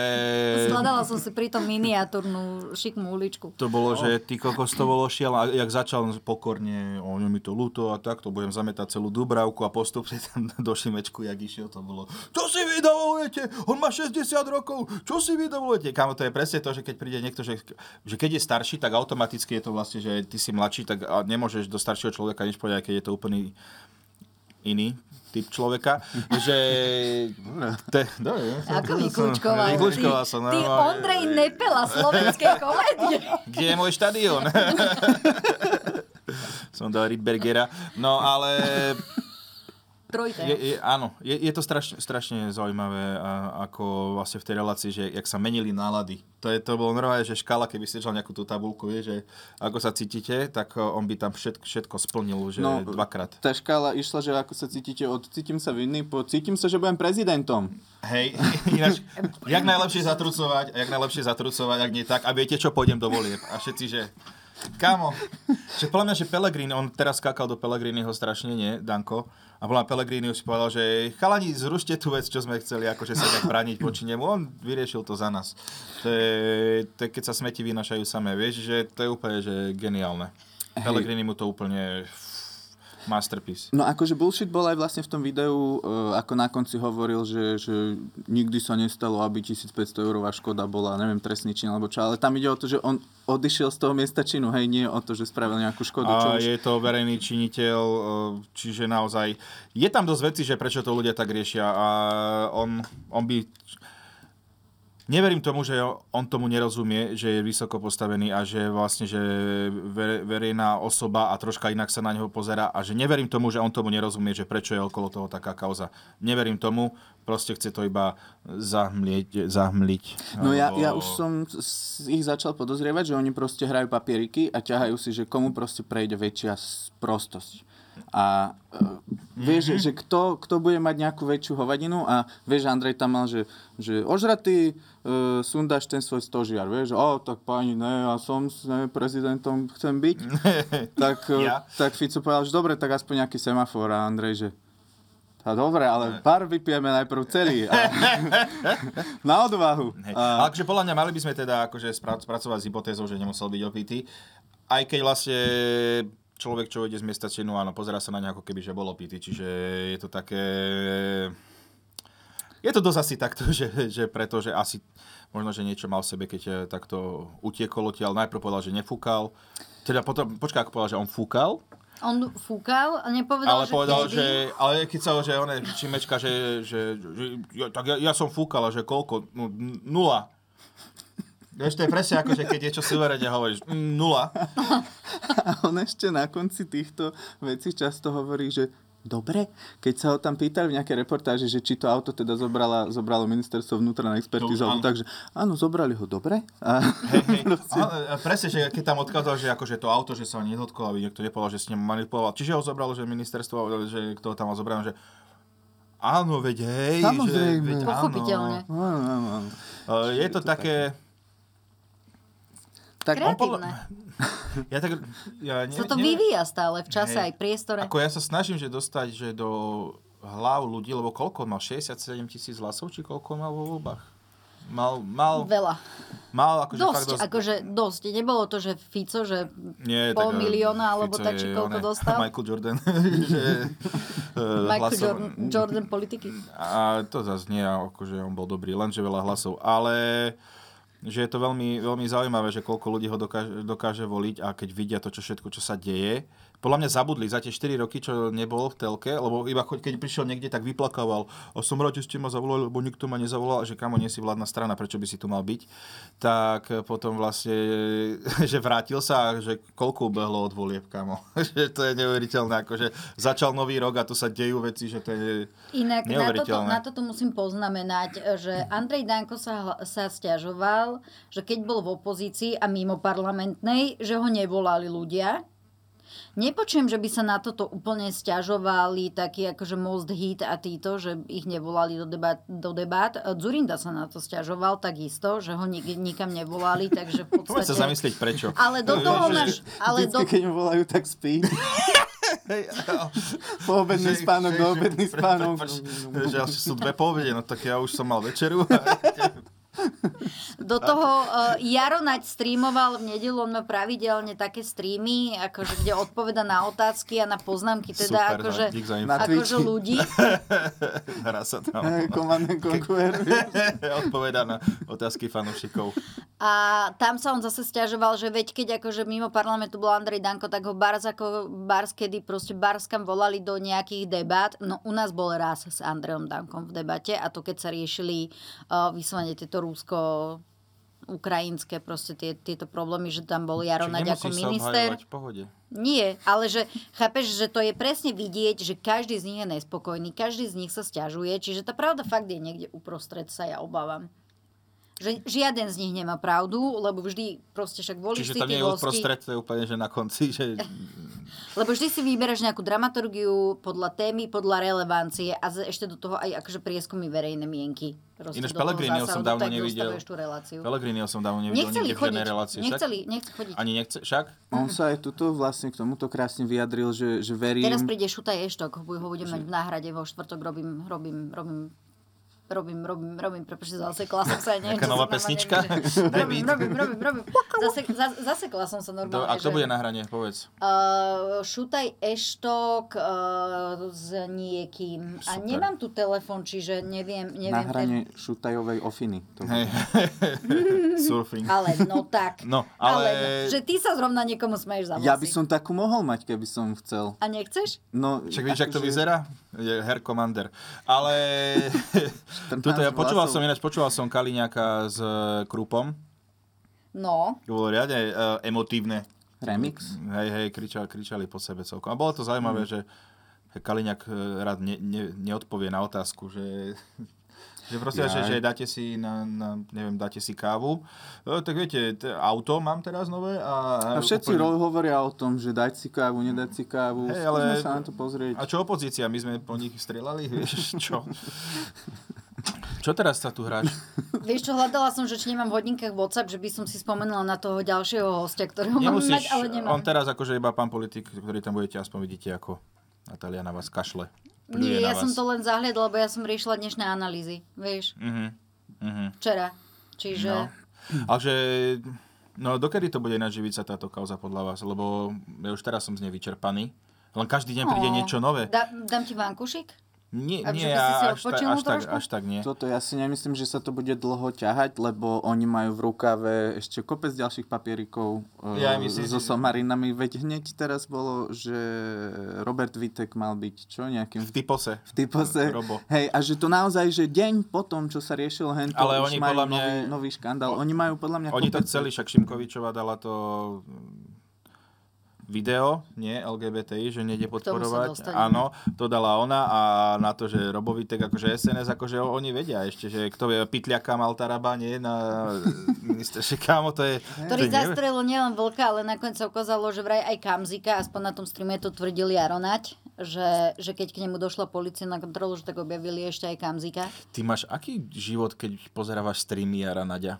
Speaker 1: Zhľadala som si pritom miniatúrnu šikmú uličku.
Speaker 2: To bolo, že ty kokos to bolo šiel a jak začal pokorne, o je mi to ľúto a tak, to budem zametať celú Dubravku a postupne tam do Šimečku, jak išiel, to bolo, čo si vy dovolujete, on má 60 rokov, čo si vy dovolujete, kamo, to je presne to, že keď príde niekto, že, že keď je starší, tak automaticky je to vlastne, že ty si mladší, tak a nemôžeš do staršieho človeka nič povedať, aj keď je to úplný iný typ človeka, že... Te, no, dobre, ja som-
Speaker 1: Ako vyklúčkoval?
Speaker 2: Vyklúčkoval som, no,
Speaker 1: Ty, ty
Speaker 2: normálne.
Speaker 1: Ondrej Nepela slovenskej komédie.
Speaker 2: Kde je môj štadión? Som dal Rydbergera. No ale
Speaker 1: Trojte.
Speaker 2: je, je, áno, je, je to strašne, strašne zaujímavé, a, ako vlastne v tej relácii, že jak sa menili nálady. To, je, to bolo normálne, že škala, keby ste dal nejakú tú tabulku, vie, že ako sa cítite, tak o, on by tam všetko, všetko splnil, že no, dvakrát.
Speaker 3: Tá škála išla, že ako sa cítite od cítim sa vinný po cítim sa, že budem prezidentom.
Speaker 2: Hej, ináč, jak najlepšie zatrucovať, a jak najlepšie zatrucovať, ak nie tak, a viete čo, pôjdem do volieb. A všetci, že Kamo, že podľa mňa, že Pellegrini, on teraz skákal do Pellegriniho strašne, nie, Danko? A podľa mňa Pellegrini už si povedal, že chalani, zrušte tú vec, čo sme chceli, akože sa tak brániť voči nemu. On vyriešil to za nás. To je, to je keď sa smeti vynašajú samé, vieš, že to je úplne, že geniálne. Pellegrini mu to úplne pff, masterpiece.
Speaker 3: No akože bullshit bol aj vlastne v tom videu, e, ako na konci hovoril, že, že nikdy sa nestalo, aby 1500 eurová škoda bola, neviem, trestný čin alebo čo, ale tam ide o to, že on odišiel z toho miesta činu, hej, nie o to, že spravil nejakú škodu, čo
Speaker 2: A
Speaker 3: už...
Speaker 2: je to verejný činiteľ, e, čiže naozaj je tam dosť veci, že prečo to ľudia tak riešia a on, on by Neverím tomu, že on tomu nerozumie, že je vysoko postavený a že vlastne, že ver- verejná osoba a troška inak sa na neho pozera a že neverím tomu, že on tomu nerozumie, že prečo je okolo toho taká kauza. Neverím tomu, proste chce to iba zahmlieť, zahmliť.
Speaker 3: No ja,
Speaker 2: Alebo-
Speaker 3: ja už som s- ich začal podozrievať, že oni proste hrajú papieriky a ťahajú si, že komu proste prejde väčšia sprostosť. A uh, vieš,
Speaker 2: Mhm.
Speaker 3: mm-hmm. že kto, kto bude mať nejakú väčšiu hovadinu a vieš, Andrej tam mal, že, že ožratý uh, sundáš ten svoj stožiar, vieš, že o, tak pani, ne, ja som s ne, prezidentom, chcem byť. tak, uh,
Speaker 2: Ja.
Speaker 3: tak Fico povedal, že dobre, tak aspoň nejaký semafor a Andrej, že a dobre, ale pár vypijeme najprv celý. A, na odvahu.
Speaker 2: Hej.
Speaker 3: A,
Speaker 2: A... Takže podľa mňa mali by sme teda akože spra- spracovať s hypotézou, že nemusel byť opitý. Aj keď vlastne človek, čo ide z miesta činu, áno, pozera sa na ne ako keby, že bol opitý. Čiže je to také... Je to dosť asi takto, že, že preto, že asi možno, že niečo mal v sebe, keď eh, takto utiekol odtiaľ. Najprv povedal, že nefúkal. Teda potom, počkaj, ako povedal, že on fúkal,
Speaker 1: On fúkal a nepovedal,
Speaker 2: ale povedal,
Speaker 1: kedy.
Speaker 2: že, ale keď sa, že on čimečka, že, že, že ja, tak ja, ja som fúkala, že koľko, no, n- nula. Vieš, to je presne ako, že keď niečo suverene hovoríš, mm, nula.
Speaker 3: a on ešte na konci týchto vecí často hovorí, že dobre, keď sa ho tam pýtali v nejakej reportáži, že či to auto teda zobrala, zobralo ministerstvo vnútra na expertízu,
Speaker 2: No, áno.
Speaker 3: no, takže áno, zobrali ho dobre. A,
Speaker 2: Hej, hej. A, a presne, že keď tam odkázal, že akože to auto, že sa ho nedotklo, aby niekto nepovedal, že s ním manipuloval. Čiže ho zobralo, že ministerstvo, že kto tam ho zobral, že áno, veď hej. Že,
Speaker 3: Samozrejme.
Speaker 2: veď, áno.
Speaker 1: Pochopiteľne.
Speaker 3: Áno, áno, áno.
Speaker 2: E, Je to také...
Speaker 3: Tak
Speaker 1: Kreatívne.
Speaker 2: Ja tak... Ja, ne,
Speaker 1: Sa to
Speaker 2: ne-
Speaker 1: vyvíja stále v čase
Speaker 2: Hej.
Speaker 1: aj priestore.
Speaker 2: Ako ja sa snažím, že dostať že do hlav ľudí, lebo koľko on mal? 67 tisíc hlasov, či koľko on mal vo voľbách? Mal, mal,
Speaker 1: Veľa.
Speaker 2: mal akože
Speaker 1: Dosť,
Speaker 2: fakt dosť.
Speaker 1: akože dosť. Nebolo to, že Fico, že
Speaker 2: Nie,
Speaker 1: pol
Speaker 2: tak, eh,
Speaker 1: milióna, alebo
Speaker 2: Fico
Speaker 1: tak, či
Speaker 2: je
Speaker 1: koľko
Speaker 2: oné,
Speaker 1: dostal.
Speaker 2: Michael Jordan. že, e, eh,
Speaker 1: Michael
Speaker 2: hlasov-
Speaker 1: Jordan, Jordan politiky.
Speaker 2: A to zase nie, akože on bol dobrý, lenže veľa hlasov. Ale že je to veľmi, veľmi zaujímavé, že koľko ľudí ho dokáže, dokáže voliť a keď vidia to, čo všetko, čo sa deje. Podľa mňa zabudli za tie 4 roky, čo nebolo v telke, lebo iba cho- keď prišiel niekde, tak vyplakával. A som rád, že ste ma zavolali, lebo nikto ma nezavolal, a že kamo, nie si vládna strana, prečo by si tu mal byť. Tak eh, potom vlastne, že vrátil sa a že koľko ubehlo od volieb, kamo. že to je neuveriteľné, akože začal nový rok a tu sa dejú veci, že to je...
Speaker 1: Inak na toto,
Speaker 2: Neuveriteľné.
Speaker 1: na toto musím poznamenať, že Andrej Danko sa, hla- sa stiažoval, že keď bol v opozícii a mimo parlamentnej, že ho nevolali ľudia. Nepočujem, že by sa na toto úplne stiažovali takí akože Most Hit a títo, že ich nevolali do debát. Do debát. Zurinda sa na to stiažoval takisto, že ho nik- nikam nevolali, takže v
Speaker 2: Poďme
Speaker 1: podstate...
Speaker 2: sa zamyslieť prečo.
Speaker 1: Ale do toho máš... Ale
Speaker 3: Vždycky,
Speaker 1: do...
Speaker 3: keď mu volajú, tak spí. Poobedný
Speaker 2: Že-
Speaker 3: spánok,
Speaker 2: že-
Speaker 3: doobedný
Speaker 2: že-
Speaker 3: spánok.
Speaker 2: prepač, Že až sú dve povede, no tak ja už som mal večeru.
Speaker 1: Do toho uh, Jaro Naď streamoval v nedelu, on má pravidelne také streamy, akože, kde odpoveda na otázky a na poznámky teda
Speaker 2: Super, no,
Speaker 1: akože,
Speaker 2: dík za info.
Speaker 3: Na
Speaker 1: akože
Speaker 3: Twitchi.
Speaker 1: ľudí.
Speaker 2: Hrá sa tam.
Speaker 3: Command and Conquer.
Speaker 2: Odpoveda na otázky fanúšikov.
Speaker 1: A tam sa on zase stiažoval, že veď keď akože mimo parlamentu bol Andrej Danko, tak ho Bars, ako Bars kedy proste Barskam volali do nejakých debát. No u nás bol raz s Andrejom Dankom v debate a to keď sa riešili uh, vyslovene tieto rúsko ukrajinské proste tie, tieto problémy, že tam bol Jaro
Speaker 2: Čiže
Speaker 1: Naď ako
Speaker 2: nemusíš sa
Speaker 1: minister.
Speaker 2: obhajovať, v pohode.
Speaker 1: Nie, ale že chápeš, že to je presne vidieť, že každý z nich je nespokojný, každý z nich sa stiažuje, čiže tá pravda fakt je niekde uprostred, sa ja obávam. Že žiaden z nich nemá pravdu, lebo vždy proste však volíš
Speaker 2: Čiže
Speaker 1: si
Speaker 2: tam
Speaker 1: tie
Speaker 2: nie je
Speaker 1: hosti,
Speaker 2: uprostred, to je úplne, že na konci, že
Speaker 1: lebo vždy si vyberáš nejakú dramaturgiu podľa témy, podľa relevancie a z- ešte do toho aj akože prieskumy verejnej mienky. Proste
Speaker 2: Ináč
Speaker 1: do toho
Speaker 2: Pellegriniho som
Speaker 1: zásahu,
Speaker 2: dávno
Speaker 1: tak
Speaker 2: nevidel.
Speaker 1: dostaneš tú reláciu.
Speaker 2: Pellegriniho som dávno nevidel
Speaker 1: Nechceli
Speaker 2: nikde v
Speaker 1: chodiť,
Speaker 2: žiadnej relácii. však?
Speaker 1: nechceli, nechceli chodiť.
Speaker 2: Ani nechce, však?
Speaker 3: On sa aj tuto vlastne k tomuto krásne vyjadril, že, že verím...
Speaker 1: Teraz príde Šutaj Eštok, bu- ho budem mať v náhrade, vo štvrtok robím, robím, robím robím, robím, robím, prepáčte, zasekla som sa, neviem,
Speaker 2: Taká
Speaker 1: čo sa
Speaker 2: nová
Speaker 1: tam
Speaker 2: pesnička?
Speaker 1: mám, neviem, že-
Speaker 2: Daj
Speaker 1: robím,
Speaker 2: beat.
Speaker 1: robím, robím, robím, Zase, za- zasekla som sa
Speaker 2: Do,
Speaker 1: normálne.
Speaker 2: a kto
Speaker 1: že-
Speaker 2: bude na hrane, povedz.
Speaker 1: Uh, šutaj Eštok uh, s niekým. A
Speaker 2: Super.
Speaker 1: nemám tu telefon, čiže neviem, neviem.
Speaker 3: na
Speaker 1: ten-
Speaker 3: hrane šutajovej ofiny. To
Speaker 2: Hej. Surfing.
Speaker 1: Ale no tak. no,
Speaker 2: No, ale-
Speaker 1: že ty sa zrovna niekomu smeješ za vlasy.
Speaker 3: Ja by som takú mohol mať, keby som chcel.
Speaker 1: A nechceš?
Speaker 3: No,
Speaker 2: Však vidíš, ako to
Speaker 3: akože-
Speaker 2: vyzerá? je her commander. Ale tuto, ja počúval som, ináč počúval som Kaliňaka s eh, Krupom.
Speaker 1: No,
Speaker 2: To bolo riadne eh, emotívne.
Speaker 3: Remix?
Speaker 2: Hej, hej, kričali, kričali po sebe celkom. A bolo to
Speaker 3: Hmm.
Speaker 2: zaujímavé, že Kaliňak eh, rád ne, ne, neodpovie na otázku, že... Že proste, že, že dáte si na, na, neviem, dáte si kávu, e, tak viete, t- auto mám teraz nové a...
Speaker 3: A všetci úplne... hovoria o tom, že dať si kávu, nedať si kávu. Hey, ale... sa na to pozrieť.
Speaker 2: A čo opozícia? My sme po nich strieľali? Vieš, čo? Čo teraz sa tu hráš?
Speaker 1: vieš čo, hľadala som, že či nemám v hodinkách WhatsApp, že by som si spomenula na toho ďalšieho hostia, ktorého mám mať,
Speaker 2: Nemusíš,
Speaker 1: ale nemám.
Speaker 2: on teraz akože iba pán politik, ktorý tam budete, aspoň vidíte, ako Natália na vás kašle. Pluje
Speaker 1: Nie,
Speaker 2: na
Speaker 1: ja som
Speaker 2: vás.
Speaker 1: to len zahliadla, lebo ja som riešila dnešné analýzy, vieš,
Speaker 2: Mhm, mhm.
Speaker 1: včera. Čiže...
Speaker 2: No. Ale že... No dokedy to bude naživiť sa táto kauza podľa vás? Lebo ja už teraz som z nej vyčerpaný. Len každý deň príde
Speaker 1: No.
Speaker 2: niečo nové.
Speaker 1: Dá, dám ti vankušik?
Speaker 2: Nie,
Speaker 1: A že
Speaker 2: nie,
Speaker 1: by si si
Speaker 2: až, tak,
Speaker 1: odpočinul
Speaker 2: až, tak,
Speaker 1: trošku?
Speaker 2: až tak nie.
Speaker 3: Toto ja si nemyslím, že sa to bude dlho ťahať, lebo oni majú v rukave ešte kopec ďalších papierikov e,
Speaker 2: Ja myslím,
Speaker 3: so
Speaker 2: že-
Speaker 3: somarinami. Veď hneď teraz bolo, že Robert Vitek mal byť čo nejakým
Speaker 2: V typose.
Speaker 3: v typose.
Speaker 2: Robo.
Speaker 3: Hej, a že to naozaj, že deň potom, čo sa riešil hento,
Speaker 2: Ale oni
Speaker 3: už majú
Speaker 2: podľa mňa-
Speaker 3: nový, nový škandál. Oni majú podľa mňa
Speaker 2: Oni to
Speaker 3: kopec-
Speaker 2: chceli, však Šimkovičová dala to mm, video, nie LGBTI, že nejde
Speaker 1: tomu sa
Speaker 2: podporovať.
Speaker 1: dostaneme.
Speaker 2: Áno, to dala ona a na to, že Robovitek, akože SNS, akože o- oni vedia ešte, že kto vie, Pitliaka mal Taraba, nie, na minister, že kámo, to je...
Speaker 1: Ktorý
Speaker 2: to je ne-
Speaker 1: zastrelil nielen vlka, ale nakoniec sa ukázalo, že vraj aj Kamzika, aspoň na tom streame to tvrdil Jaronať, že, že keď k nemu došla policia na kontrolu, že tak objavili ešte aj Kamzika.
Speaker 2: Ty máš aký život, keď pozerávaš streamy Jara Nadia?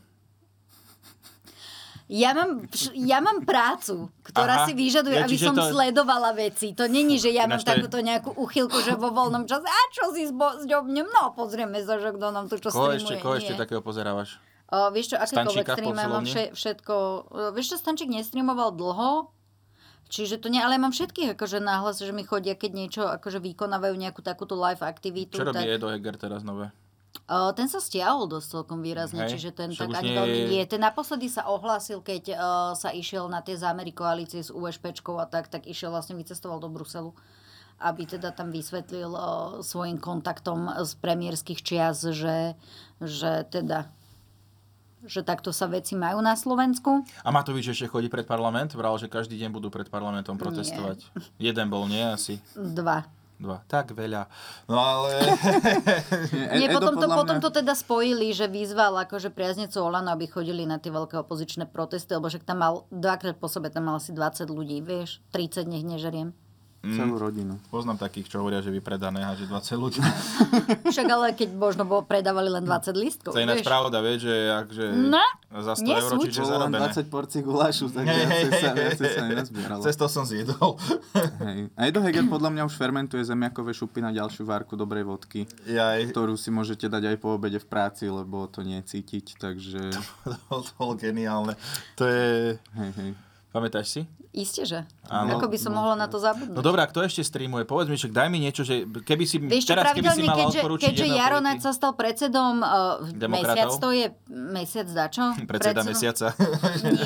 Speaker 1: Ja mám, vš- ja mám prácu, ktorá
Speaker 2: Aha.
Speaker 1: si vyžaduje,
Speaker 2: Ja,
Speaker 1: aby
Speaker 2: čiže
Speaker 1: som
Speaker 2: to-
Speaker 1: sledovala veci. To není, že ja mám
Speaker 2: Ináč to je-
Speaker 1: takúto nejakú uchylku, že vo voľnom čase, a čo si s bo- s ňom, no pozrieme sa, že kto nám tu čo
Speaker 2: Koho
Speaker 1: streamuje.
Speaker 2: ešte, koho ešte
Speaker 1: Nie.
Speaker 2: takého pozerávaš?
Speaker 1: O, vieš čo, akékoľvek
Speaker 2: Stančíka
Speaker 1: streamy, ja mám
Speaker 2: poslovne?
Speaker 1: vše, všetko... O, vieš čo, Stančík nestreamoval dlho, čiže to nie, ale mám všetkých akože náhlas, že mi chodia, keď niečo akože vykonávajú nejakú takúto live aktivitu.
Speaker 2: Čo
Speaker 1: tak,
Speaker 2: robí Edo Heger teraz nové?
Speaker 1: o, Eh, ten sa stiahol dosť celkom výrazne,
Speaker 2: Hej,
Speaker 1: čiže ten
Speaker 2: však
Speaker 1: tak
Speaker 2: už
Speaker 1: ani
Speaker 2: nie
Speaker 1: veľmi
Speaker 2: je-
Speaker 1: nie. Ten naposledy sa ohlásil, keď o, sa išiel na tie zámery koalície s USPčkou a tak, tak išiel vlastne, vycestoval do Bruselu aby teda tam vysvetlil o, svojim kontaktom z premiérskych čias, že, že teda že takto sa veci majú na Slovensku.
Speaker 2: A Matovič ešte chodí pred parlament? Vral, že každý deň budú pred parlamentom protestovať. Jeden bol, nie asi?
Speaker 1: Dva.
Speaker 2: Dva. Tak veľa. No ale...
Speaker 1: Nie,
Speaker 3: E, Edo
Speaker 1: potom, to,
Speaker 3: podľa
Speaker 1: potom
Speaker 3: mňa-
Speaker 1: to teda spojili, že vyzval akože priaznecov Olano, aby chodili na tie veľké opozičné protesty, lebo však tam mal dvakrát po sebe, tam mal asi 20 ľudí, vieš, 30 nech nežeriem.
Speaker 3: celú
Speaker 2: Mm.
Speaker 3: rodinu.
Speaker 2: Poznám takých, čo hovoria, že vypredané a že 20 ľudí.
Speaker 1: Však ale keď možno bolo, predávali len 20
Speaker 3: No.
Speaker 1: listkov,
Speaker 2: To je ináč
Speaker 1: vieš.
Speaker 2: pravda, vieš, že, akže
Speaker 1: No,
Speaker 2: za 100
Speaker 1: nie
Speaker 2: eur,
Speaker 1: sú
Speaker 2: čiže
Speaker 3: Bolo len
Speaker 2: zarobené.
Speaker 3: 20 porcií gulášu, tak
Speaker 2: Hej, hej,
Speaker 3: viacej sa,
Speaker 2: hej,
Speaker 3: viacej sa
Speaker 2: hej.
Speaker 3: nezbieralo.
Speaker 2: Cez to som zjedol.
Speaker 3: Hej. A Edo Heger podľa mňa už fermentuje zemiakové šupy na ďalšiu várku dobrej vodky,
Speaker 2: Jaj,
Speaker 3: ktorú si môžete dať aj po obede v práci, lebo to nie je cítiť, takže...
Speaker 2: to bolo- to bolo geniálne. To je...
Speaker 3: Hej, hej.
Speaker 2: Pamätáš si?
Speaker 1: Isté, že?
Speaker 2: Áno.
Speaker 1: Ako by som mohla na to zabudnúť.
Speaker 2: No dobrá, kto ešte streamuje? Povedz mi, však daj mi niečo, že keby si
Speaker 1: Vieš čo,
Speaker 2: teraz, keby
Speaker 1: pravidelne,
Speaker 2: si mala
Speaker 1: keďže,
Speaker 2: odporučiť
Speaker 1: keďže
Speaker 2: jedného
Speaker 1: Jaro Naď
Speaker 2: politika-
Speaker 1: sa stal predsedom uh,
Speaker 2: Demokratov?
Speaker 1: mesiac, to je mesiac dačo?
Speaker 2: Predseda mesiaca.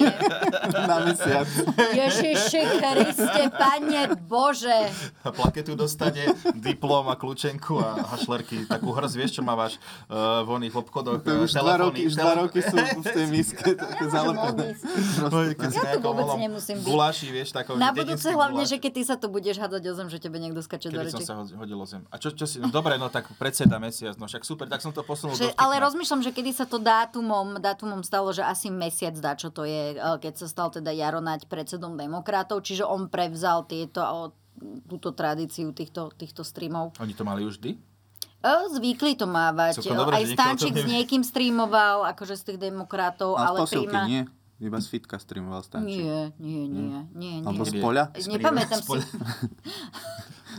Speaker 3: Na mesiac.
Speaker 1: Ježiši Kriste, Pane Bože.
Speaker 2: A plaketu dostane, diplom a kľúčenku a hašlerky. Takú hrz, vieš, čo mávaš uh, v oných obchodoch.
Speaker 3: To
Speaker 2: eh,
Speaker 3: už dva
Speaker 2: telefóny,
Speaker 3: roky, už dva
Speaker 2: telefóny.
Speaker 3: roky sú v tej miske také zalepené.
Speaker 1: odísť.
Speaker 3: Proste.
Speaker 2: No, keď si
Speaker 1: Ja tu
Speaker 2: nejakom
Speaker 1: vôbec
Speaker 2: malom
Speaker 1: nemusím byť.
Speaker 2: Guláši, vieš, takom,
Speaker 1: Na
Speaker 2: že
Speaker 1: budúce
Speaker 2: dedinský
Speaker 1: hlavne,
Speaker 2: guláš.
Speaker 1: že keď ty sa tu budeš hádať o zem, že tebe niekto skače do
Speaker 2: Keby som
Speaker 1: reči.
Speaker 2: sa ho- hodil o zem. A čo, čo si... No dobre, no tak predseda mesiac, no však super, tak som to posunul do
Speaker 1: Že,
Speaker 2: vtipna.
Speaker 1: ale rozmýšľam, že kedy sa to dátumom, dátumom stalo, že asi mesiac dá, čo to je, e, keď sa stal teda Jaro Naď predsedom demokratov, čiže on prevzal tieto, o, túto tradíciu týchto, týchto streamov.
Speaker 2: Oni to mali už vždy?
Speaker 1: E, Zvykli to mávať.
Speaker 2: Celkom
Speaker 1: E,
Speaker 2: dobré,
Speaker 1: Aj
Speaker 2: že niekto o tom
Speaker 1: Stančík s
Speaker 2: nevie.
Speaker 1: niekým streamoval, akože z tých demokratov,
Speaker 3: Ale z
Speaker 1: ale
Speaker 3: posilky,
Speaker 1: príjma...
Speaker 3: nie? Iba z fitka streamoval stančík.
Speaker 1: Nie, nie, nie, nie, nie.
Speaker 3: Alebo z poľa?
Speaker 1: Nepamätám si.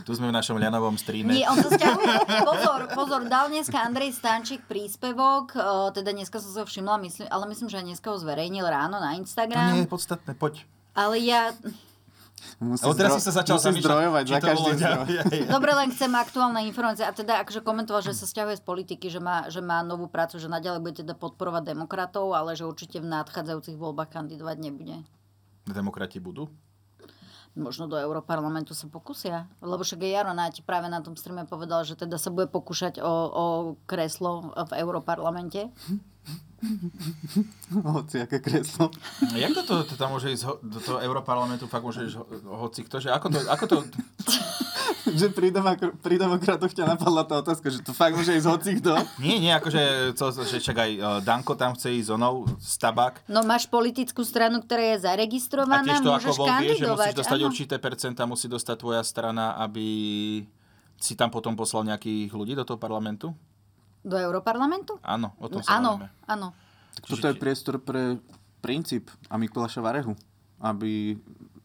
Speaker 2: Tu sme v našom ľanovom streame.
Speaker 1: Nie, on sa stiahol. Pozor, pozor, dal dneska Andrej Stančík príspevok, e, teda dneska som sa ho všimla, myslím, ale myslím, že aj dneska ho zverejnil ráno na
Speaker 2: To nie je
Speaker 1: Instagram.
Speaker 2: podstatné, poď.
Speaker 1: Ale ja,
Speaker 3: Musí,
Speaker 2: Ale teraz
Speaker 3: zdro-
Speaker 2: si sa začal
Speaker 3: musí
Speaker 2: zamýšľať,
Speaker 3: zdrojovať
Speaker 2: či
Speaker 3: za
Speaker 2: to
Speaker 3: každým
Speaker 2: bolo-
Speaker 3: zdrojom.
Speaker 2: Ja, ja, ja.
Speaker 1: dobre, len chcem aktuálne informácie. A teda akože komentoval, že sa stiahuje z politiky, že má, že má novú prácu, že naďalej bude teda podporovať demokratov, ale že určite v nadchádzajúcich voľbách kandidovať nebude.
Speaker 2: Demokrati budú?
Speaker 1: Možno do Európarlamentu sa pokusia. Lebo však aj Jaro Náti práve na tom streame povedal, že teda sa bude pokúšať o, o kreslo v Európarlamente.
Speaker 3: Hoci aké kreslo.
Speaker 2: Jak to, to, to tam môže ísť ho- do toho Európarlamentu, fakt môže ísť ho, hoci kto, že ako to, ako to,
Speaker 3: že pri, demokr- pri demokratoch ťa napadla tá otázka, že to fakt môže ísť hocikto.
Speaker 2: nie, nie, akože, to, že čak aj uh, Danko tam chce ísť onou, z tabak,
Speaker 1: No máš politickú stranu, ktorá je
Speaker 2: a
Speaker 1: zaregistrovaná,
Speaker 2: tiež to ako
Speaker 1: môžeš
Speaker 2: bol vie, že
Speaker 1: kandidovať.
Speaker 2: musíš dostať
Speaker 1: áno.
Speaker 2: určité percenta, musí dostať tvoja strana, aby si tam potom poslal nejakých ľudí do toho parlamentu?
Speaker 1: Do Európarlamentu?
Speaker 2: Áno, o tom
Speaker 1: Mm,
Speaker 2: sa
Speaker 1: Áno,
Speaker 2: bavíme.
Speaker 1: áno.
Speaker 3: Toto je priestor pre princíp a Mikuláša Varehu, aby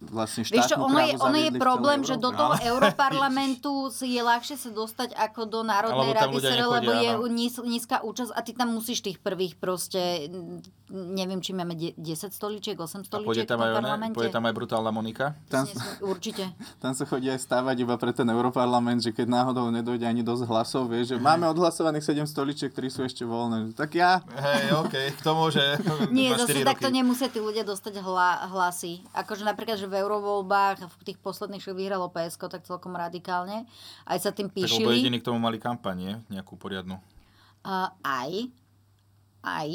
Speaker 3: vlastne štátnu
Speaker 1: Vieš čo, ono je,
Speaker 3: právu
Speaker 1: ono je
Speaker 3: zaviedli v
Speaker 1: problém,
Speaker 3: celej
Speaker 1: že do
Speaker 3: Európe.
Speaker 1: toho
Speaker 2: Ale-
Speaker 1: Európarlamentu si je ľahšie sa dostať ako do Národnej
Speaker 2: Alebo tam
Speaker 1: rady
Speaker 2: ľudia
Speaker 1: SR,
Speaker 2: nechodia,
Speaker 1: lebo je
Speaker 2: áno.
Speaker 1: níz, nízka účasť a ty tam musíš tých prvých proste, n- neviem, či máme de- 10 stoličiek, 8
Speaker 2: A pôjde
Speaker 1: stoličiek v
Speaker 2: tam,
Speaker 1: tom
Speaker 2: aj, ona-
Speaker 1: parlamente.
Speaker 2: pôjde tam aj brutálna Monika?
Speaker 3: Tam-
Speaker 1: Presne, Určite.
Speaker 3: Tam sa chodí aj stávať iba pre ten Európarlament, že keď náhodou nedojde ani dosť hlasov, vieš, že máme odhlasovaných 7 stoličiek, ktorí sú ešte voľné. Tak ja,
Speaker 2: Hej, OK, kto môže?
Speaker 1: Nie,
Speaker 2: Má štyri
Speaker 1: zase takto
Speaker 2: roky.
Speaker 1: nemusia tí ľudia dostať hla, hlasy. Akože napríklad, že v eurovoľbách v tých posledných, čo vyhralo PSK, tak celkom radikálne. Aj sa tým
Speaker 2: Tak lebo
Speaker 1: píšili.
Speaker 2: jediní k tomu mali kampaň, nie? Nejakú poriadnu.
Speaker 1: Uh, aj. Aj.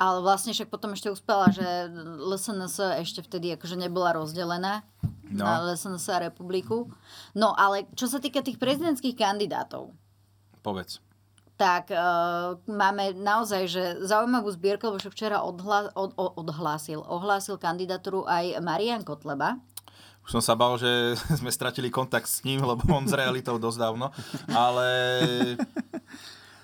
Speaker 1: Ale vlastne však potom ešte uspela, že LSNS ešte vtedy akože nebola rozdelená
Speaker 2: No.
Speaker 1: na LSNS a republiku. No ale čo sa týka tých prezidentských kandidátov,
Speaker 2: Povedz.
Speaker 1: tak uh, máme naozaj že zaujímavú zbierku, lebo však včera odhla, od, o, odhlásil, ohlásil kandidatúru aj Marian Kotleba.
Speaker 2: Už som sa bal, že sme stratili kontakt s ním, lebo on s realitou dosť dávno. Ale...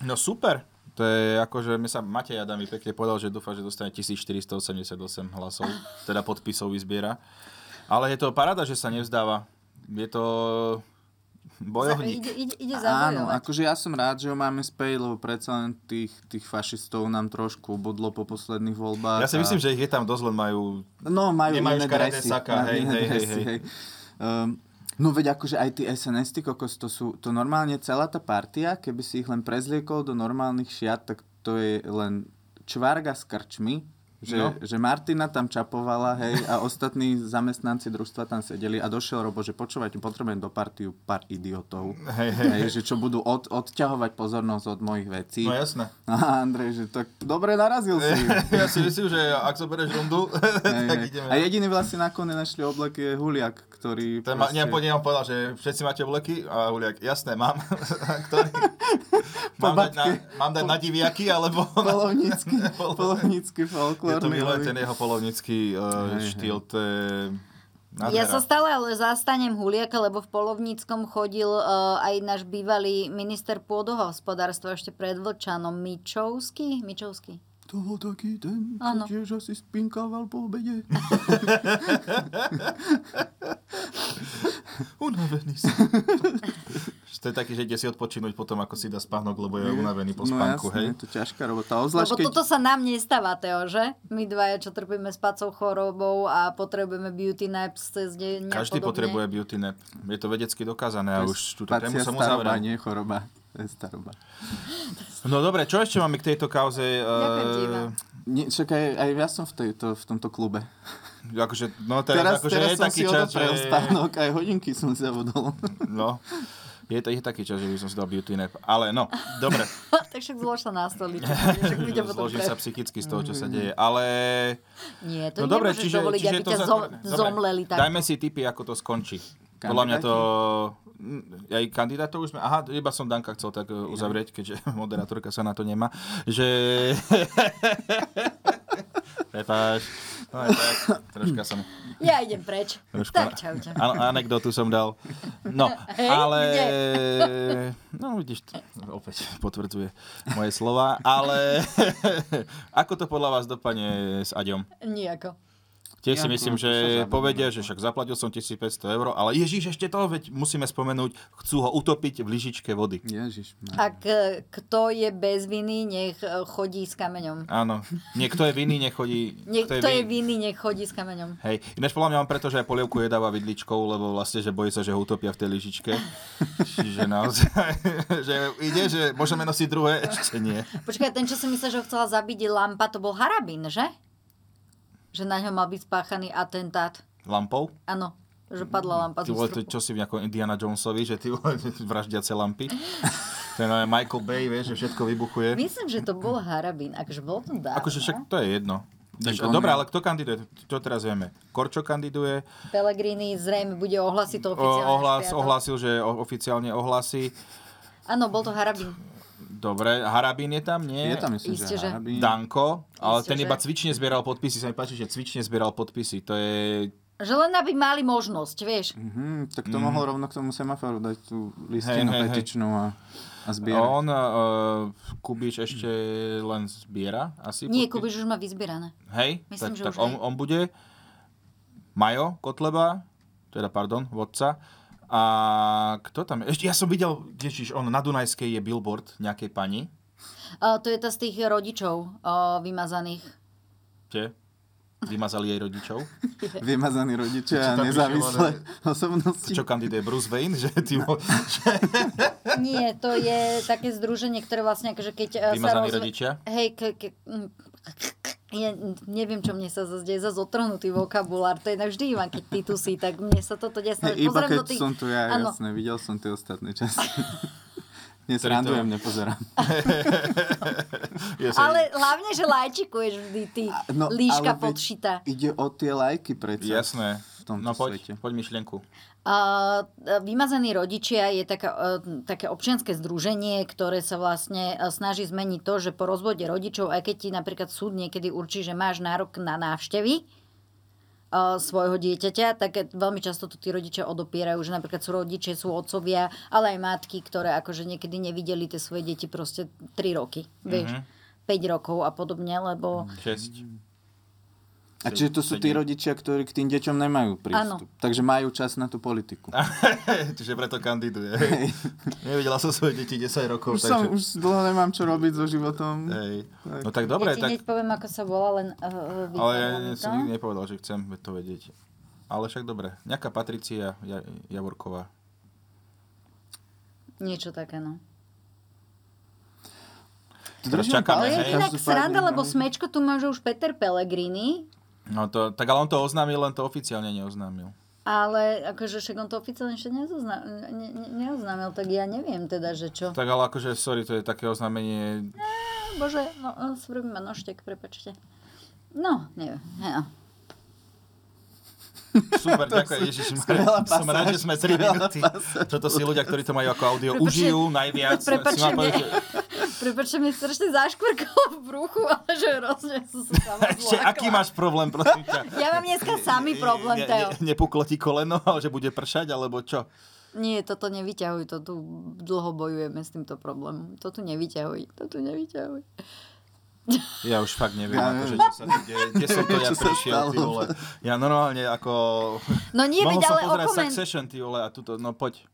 Speaker 2: No super. To je ako, že mi sa Matej Adam mi pekne povedal, že dúfa, že dostane 1488 hlasov, teda podpisov vyzbiera. Ale je to paráda, že sa nevzdáva. Je to bojovník.
Speaker 1: Ide, ide, ide
Speaker 3: áno,
Speaker 1: zabojovať.
Speaker 3: akože ja som rád, že ho máme späť, lebo predsa len tých, tých fašistov nám trošku bodlo po posledných voľbách.
Speaker 2: Ja si myslím,
Speaker 3: a-
Speaker 2: že ich je tam dosť, len majú
Speaker 3: No, majú
Speaker 2: Nemajú
Speaker 3: iné
Speaker 2: škaredé
Speaker 3: dresy.
Speaker 2: saka,
Speaker 3: Majú
Speaker 2: hej,
Speaker 3: iné
Speaker 2: hej, hej,
Speaker 3: dresy,
Speaker 2: hej.
Speaker 3: Um, no veď akože aj tí SNS, ty kokos, to sú, to normálne celá tá partia, keby si ich len prezliekol do normálnych šiat, tak to je len čvarga s krčmi, že,
Speaker 2: No.
Speaker 3: no. že Martina tam čapovala, hej, a ostatní zamestnanci družstva tam sedeli a došiel Robo, že počúvajte, potrebujem do partiu pár idiotov, hej, hej. hej že čo budú od, odťahovať pozornosť od mojich vecí.
Speaker 2: No jasné.
Speaker 3: A Andrej, že tak dobre narazil si.
Speaker 2: Ja si myslím, že ak zoberieš rundu,
Speaker 3: Hej,
Speaker 2: tak
Speaker 3: hej.
Speaker 2: ideme.
Speaker 3: A jediný vlastne nakoniec našli oblek je Huliak, ktorý...
Speaker 2: Ten ma, nie, po nej vám povedal, že všetci máte obleky a Huliak, jasné, mám. Ktorý,
Speaker 3: Po
Speaker 2: mám, dať na,
Speaker 3: babke.
Speaker 2: mám dať na diviaky, alebo...
Speaker 3: Polovnícky,
Speaker 2: Polo-
Speaker 3: polovnícky
Speaker 2: Je to
Speaker 3: folklórny.
Speaker 2: milé,
Speaker 3: oblek.
Speaker 2: ten jeho polovnícky uh, štýl, to je...
Speaker 1: Ja
Speaker 2: nádhera.
Speaker 1: sa stále ale zastanem Huliaka, lebo v Polovníckom chodil eh, aj náš bývalý minister pôdohospodárstva ešte pred Vlčanom Mičovský. Mičovský.
Speaker 3: To bol taký ten, čo
Speaker 1: Áno.
Speaker 3: tiež asi spinkával po obede.
Speaker 2: Unavený som. to je taký, že ide si odpočinúť potom, ako si dá spánok, lebo je unavený po spánku,
Speaker 3: no, jasné,
Speaker 2: hej.
Speaker 3: je to ťažká robota. Ozvlášť,
Speaker 1: Lebo
Speaker 3: keď...
Speaker 1: No, toto sa nám nestáva, Teo, že? My dvaja, čo trpíme spacou chorobou a potrebujeme beauty naps cez deň. a
Speaker 2: Každý
Speaker 1: podobne.
Speaker 2: potrebuje beauty nap. Je to vedecky dokázané a
Speaker 3: to je
Speaker 2: už túto tému
Speaker 3: pacia
Speaker 2: som
Speaker 3: staroba,
Speaker 2: uzavrel.
Speaker 3: nie choroba. To je staroba.
Speaker 2: No dobre, čo ešte máme k tejto kauze? E,
Speaker 1: Ďakujem ti, Ivan.
Speaker 2: Uh,
Speaker 3: Nie, však aj, aj ja som v, tejto, v tomto klube.
Speaker 2: akože, no teraz,
Speaker 3: Teraz,
Speaker 2: akože
Speaker 3: teraz
Speaker 2: je
Speaker 3: som
Speaker 2: taký
Speaker 3: si
Speaker 2: čas,
Speaker 3: odoprel
Speaker 2: že...
Speaker 3: spánok, aj hodinky som zavodol.
Speaker 2: No, je, to, je taký čas, že by som si dal beauty nap. Ale no, dobre.
Speaker 1: tak však zlož sa na stoliček. však mi ťa potom
Speaker 2: Zložím
Speaker 1: pre-
Speaker 2: sa psychicky z toho, čo sa deje. Ale...
Speaker 1: Nie, to
Speaker 2: No
Speaker 1: no
Speaker 2: dobre,
Speaker 1: nemôžeš
Speaker 2: čiže,
Speaker 1: dovoliť,
Speaker 2: čiže
Speaker 1: aby
Speaker 2: je to
Speaker 1: ťa zo,
Speaker 2: zatvorené. Dobre,
Speaker 1: zomleli tak.
Speaker 2: Dajme si tipy, ako to skončí. Podľa mňa to... Mm, Aj kandidátov už sme... Aha, iba som Danka chcel tak e, uzavrieť, keďže moderátorka sa na to nemá. Že... Prepáč. No aj tak, troška som...
Speaker 1: Ja idem preč.
Speaker 2: Trošku
Speaker 1: Tak čaute.
Speaker 2: An- anekdotu som dal. No,
Speaker 1: Hej,
Speaker 2: ale...
Speaker 1: kde?
Speaker 2: No, vidíš, t- opäť potvrdzuje moje slova, ale ako to podľa vás dopadne s Aďom?
Speaker 1: Nijako.
Speaker 2: Tiež si
Speaker 3: Ja no,
Speaker 2: myslím,
Speaker 3: to- to sa
Speaker 2: že
Speaker 3: zabudneme.
Speaker 2: povedia, že však zaplatil som 1500 eur, ale Ježiš, ešte to, veď musíme spomenúť, chcú ho utopiť v lyžičke vody.
Speaker 3: Ježiš.
Speaker 2: No.
Speaker 3: Maria.
Speaker 1: Ak e, kto je bez viny, nech e, chodí s kameňom.
Speaker 2: Áno, niekto je vinný, nechodí.
Speaker 1: Niekto
Speaker 2: kto
Speaker 1: je
Speaker 2: vin-
Speaker 1: viny, nech chodí s kameňom.
Speaker 2: Hej, ináč podľa mňa on preto, že aj polievku jedáva vidličkou, lebo vlastne, že bojí sa, že ho utopia v tej lyžičke. Čiže naozaj, že ide, že môžeme nosiť druhé, ešte nie.
Speaker 1: Počkaj, ten, čo si myslel, že ho chcela zabiť lampa, to bol Harabin, že? Že na ňo mal byť spáchaný atentát.
Speaker 2: Lampou?
Speaker 1: Áno, Že padla lampa
Speaker 2: Mm, Ty
Speaker 1: zo
Speaker 2: vole, to,
Speaker 1: stropu.
Speaker 2: čo si v nejakom Indiana Jonesovi, že ty vole, vraždiace lampy. Ten eh, Michael Bay, vieš, že všetko vybuchuje.
Speaker 1: Myslím, že to bol Harabín, akože bol to dávno.
Speaker 2: Akože však to je jedno.
Speaker 3: Tak
Speaker 2: Že-
Speaker 3: on-
Speaker 2: Dobre, ale kto kandiduje? To teraz vieme. Korčo kandiduje,
Speaker 1: Pellegrini zrejme bude ohlasiť to
Speaker 2: o,
Speaker 1: oficiálne.
Speaker 2: ohlás,
Speaker 1: až piatok.
Speaker 2: ohlásil, že o- oficiálne ohlási.
Speaker 1: Áno, bol to Harabín.
Speaker 2: Dobre, Harabín je tam, nie?
Speaker 3: Je tam, myslím,
Speaker 1: Isté, že-
Speaker 3: že Harabin.
Speaker 2: Danko, ale
Speaker 1: Isté,
Speaker 2: ten
Speaker 1: že?
Speaker 2: iba cvične zbieral podpisy, sa mi páči, že cvične zbieral podpisy, to je...
Speaker 1: Že len aby mali možnosť, vieš.
Speaker 3: Mhm, tak to mohol rovno k tomu semaforu dať tú
Speaker 2: Hej, hej,
Speaker 3: listinu
Speaker 2: hej.
Speaker 3: petičnú a, a zbierať.
Speaker 2: On, uh, Kubiš ešte len zbiera asi?
Speaker 1: Nie,
Speaker 2: podpisy?
Speaker 1: Kubiš už má vyzbierané.
Speaker 2: Hej,
Speaker 1: Myslím,
Speaker 2: tak,
Speaker 1: že
Speaker 2: tak
Speaker 1: už
Speaker 2: on,
Speaker 1: hej.
Speaker 2: on bude Majo Kotleba, teda pardon, vodca. A kto tam je? Ešte ja som videl, ježiš, on na Dunajskej je billboard nejakej pani.
Speaker 1: A to je tá z tých rodičov a, vymazaných.
Speaker 2: Tie? Vymazali jej rodičov.
Speaker 3: Vymazaní rodičia
Speaker 2: Čo tam
Speaker 3: a nezávislé osobnosti.
Speaker 2: Čo kandiduje Bruce Wayne? Že ty vo-
Speaker 1: Nie, to je také združenie, ktoré vlastne akože keď e,
Speaker 2: Vymazaní rodičia?
Speaker 1: Hej, ke, ke, mm, ja neviem, čo mne sa zase deje, zase otrhnutý vokabulár, to je navždy iba, keď ty tu si, tak mne sa toto desne...
Speaker 3: Hej, iba
Speaker 1: Pozriem
Speaker 3: keď
Speaker 1: do tých...
Speaker 3: som tu ja,
Speaker 1: Áno.
Speaker 3: jasné, videl som tie ostatné časti. Dnes
Speaker 2: Ktorý to-
Speaker 3: randujem, nepozerám.
Speaker 2: Ja sa-
Speaker 1: Ale hlavne, že lajčikuješ vždy ty, líška
Speaker 3: no, ale veď
Speaker 1: podšita.
Speaker 3: Ide o tie lajky predsa.
Speaker 2: Jasné.
Speaker 3: V tomto
Speaker 2: No poď,
Speaker 3: svete.
Speaker 2: poď myšlienku.
Speaker 1: A Vymazení rodičia je taká, e, také občianske združenie, ktoré sa vlastne e, snaží zmeniť to, že po rozvode rodičov, aj keď ti napríklad súd niekedy určí, že máš nárok na návštevy e, svojho dieťaťa, tak e, veľmi často to tí rodičia odopierajú, že napríklad sú rodičia, sú otcovia, ale aj matky, ktoré akože niekedy nevideli tie svoje deti proste 3 roky,
Speaker 2: Mhm.
Speaker 1: vieš, 5 rokov a podobne, lebo...
Speaker 2: Česť.
Speaker 3: A čiže to sú tí rodičia, ktorí k tým deťom nemajú prístup. Takže majú čas na tú politiku.
Speaker 2: Čiže preto kandiduje. Nevidela som svoje deti 10 rokov,
Speaker 3: Už,
Speaker 2: takže...
Speaker 3: som, už dlho nemám čo robiť so životom.
Speaker 2: Hej. No tak
Speaker 1: ja
Speaker 2: dobre,
Speaker 1: ti
Speaker 2: tak...
Speaker 1: hneď poviem, ako sa volá, len... Uh,
Speaker 2: Ale ja som nikdy nepovedal, že chcem to vedieť. Ale však dobre. Nejaká Patricia ja, Javorková.
Speaker 1: Niečo také, no.
Speaker 2: Teraz
Speaker 3: Držím
Speaker 2: čakáme,
Speaker 1: Ale
Speaker 3: palce,
Speaker 1: je
Speaker 2: hej.
Speaker 1: inak
Speaker 3: každopádne,
Speaker 1: sranda, lebo
Speaker 3: no.
Speaker 1: smečko tu má že už Peter Pellegrini,
Speaker 2: No to, tak ale on to oznámil, len to oficiálne neoznámil.
Speaker 1: ale akože však on to oficiálne ešte nezozna- ne, ne, neoznámil, tak ja neviem teda, že čo.
Speaker 2: Tak ale akože, sorry, to je také oznámenie...
Speaker 1: Bože, no, no, svrbí ma nožtek, prepačte. No, neviem. Ja.
Speaker 2: Super, ďakujem, Ježiš. Som rád, že sme 3 minúty. Toto si ľudia, ktorí to majú ako audio,
Speaker 1: Prepačte-
Speaker 2: užijú najviac.
Speaker 1: prepačte
Speaker 2: Si mám
Speaker 1: mne.
Speaker 2: povedať, že-
Speaker 1: Prepačte mi strašne zaškvrkalo v bruchu, ale že hrozne som sa sama
Speaker 2: Ešte,
Speaker 1: zlákla.
Speaker 2: aký máš problém, prosím ťa?
Speaker 1: Ja mám dneska samý problém,
Speaker 2: Ne-
Speaker 1: Teo.
Speaker 2: ne- Nepuklo ti koleno, ale že bude pršať, alebo čo?
Speaker 1: Nie, toto nevyťahuj, to tu dlho bojujeme s týmto problémom. To tu nevyťahuj, to tu nevyťahuj.
Speaker 2: Ja už fakt neviem,
Speaker 3: Ja
Speaker 2: akože, čo sa tu deje, kde som to ja
Speaker 3: Čo sa
Speaker 2: prišiel, ty
Speaker 3: stalo?
Speaker 2: vole. Ja normálne ako...
Speaker 1: No nie,
Speaker 2: Mohol
Speaker 1: veď
Speaker 2: som
Speaker 1: ale
Speaker 2: pozerať
Speaker 1: okoment...
Speaker 2: Succession, ty vole, a tuto, no poď.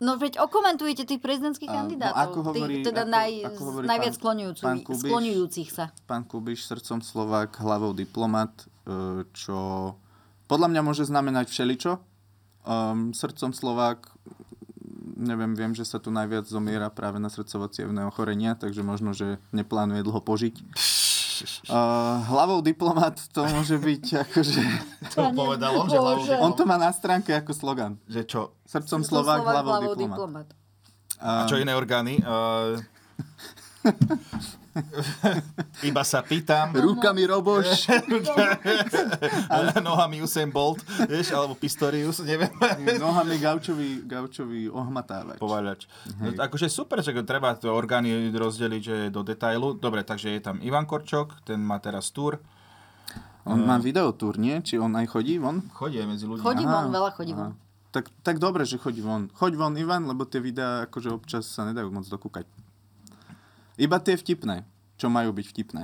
Speaker 1: No veď okomentujete tých prezidentských
Speaker 3: Áno, no
Speaker 1: kandidátov,
Speaker 3: ako hovorí-
Speaker 1: tých, teda
Speaker 3: ako-
Speaker 1: naj,
Speaker 3: ako hovorí
Speaker 1: najviac
Speaker 3: pán-
Speaker 1: skloňujúcu,
Speaker 3: pán Kubiš.
Speaker 1: skloňujúcich sa.
Speaker 3: Pán Kubiš, srdcom Slovák, hlavou diplomat, e, čo podľa mňa môže znamenať všeličo. Um, srdcom Slovák, neviem, viem, že sa tu najviac zomiera práve na srdcovo ochorenia, takže možno, že neplánuje dlho požiť. Uh, hlavou diplomat to môže byť akože...
Speaker 1: To
Speaker 2: povedalo, že hlavou
Speaker 1: Bože.
Speaker 3: On to má na stránke ako slogan.
Speaker 2: Že čo?
Speaker 1: Som
Speaker 3: Srdcom, Slovák, hlavou,
Speaker 1: hlavou
Speaker 3: diplomat.
Speaker 1: diplomat.
Speaker 2: A čo iné orgány? Uh... Iba sa pýtam.
Speaker 3: Rukami roboš.
Speaker 2: Nohami Usain Bolt, vieš, alebo Pistorius, neviem.
Speaker 3: Nohami gaučový, gaučový ohmatávač.
Speaker 2: Povaľač. No, akože super, že treba to orgány rozdeliť že do detailu. Dobre, takže je tam Ivan Korčok, ten má teraz túr.
Speaker 3: On má videotúr, nie? Či on aj chodí von?
Speaker 2: Chodí aj medzi ľudí.
Speaker 1: Chodí von,
Speaker 3: Aha,
Speaker 1: veľa chodí von.
Speaker 3: aha. Tak, tak dobre, že chodí von. Choď von, Ivan, lebo tie videá akože občas sa nedajú moc dokúkať. Iba tie vtipné, čo majú byť vtipné.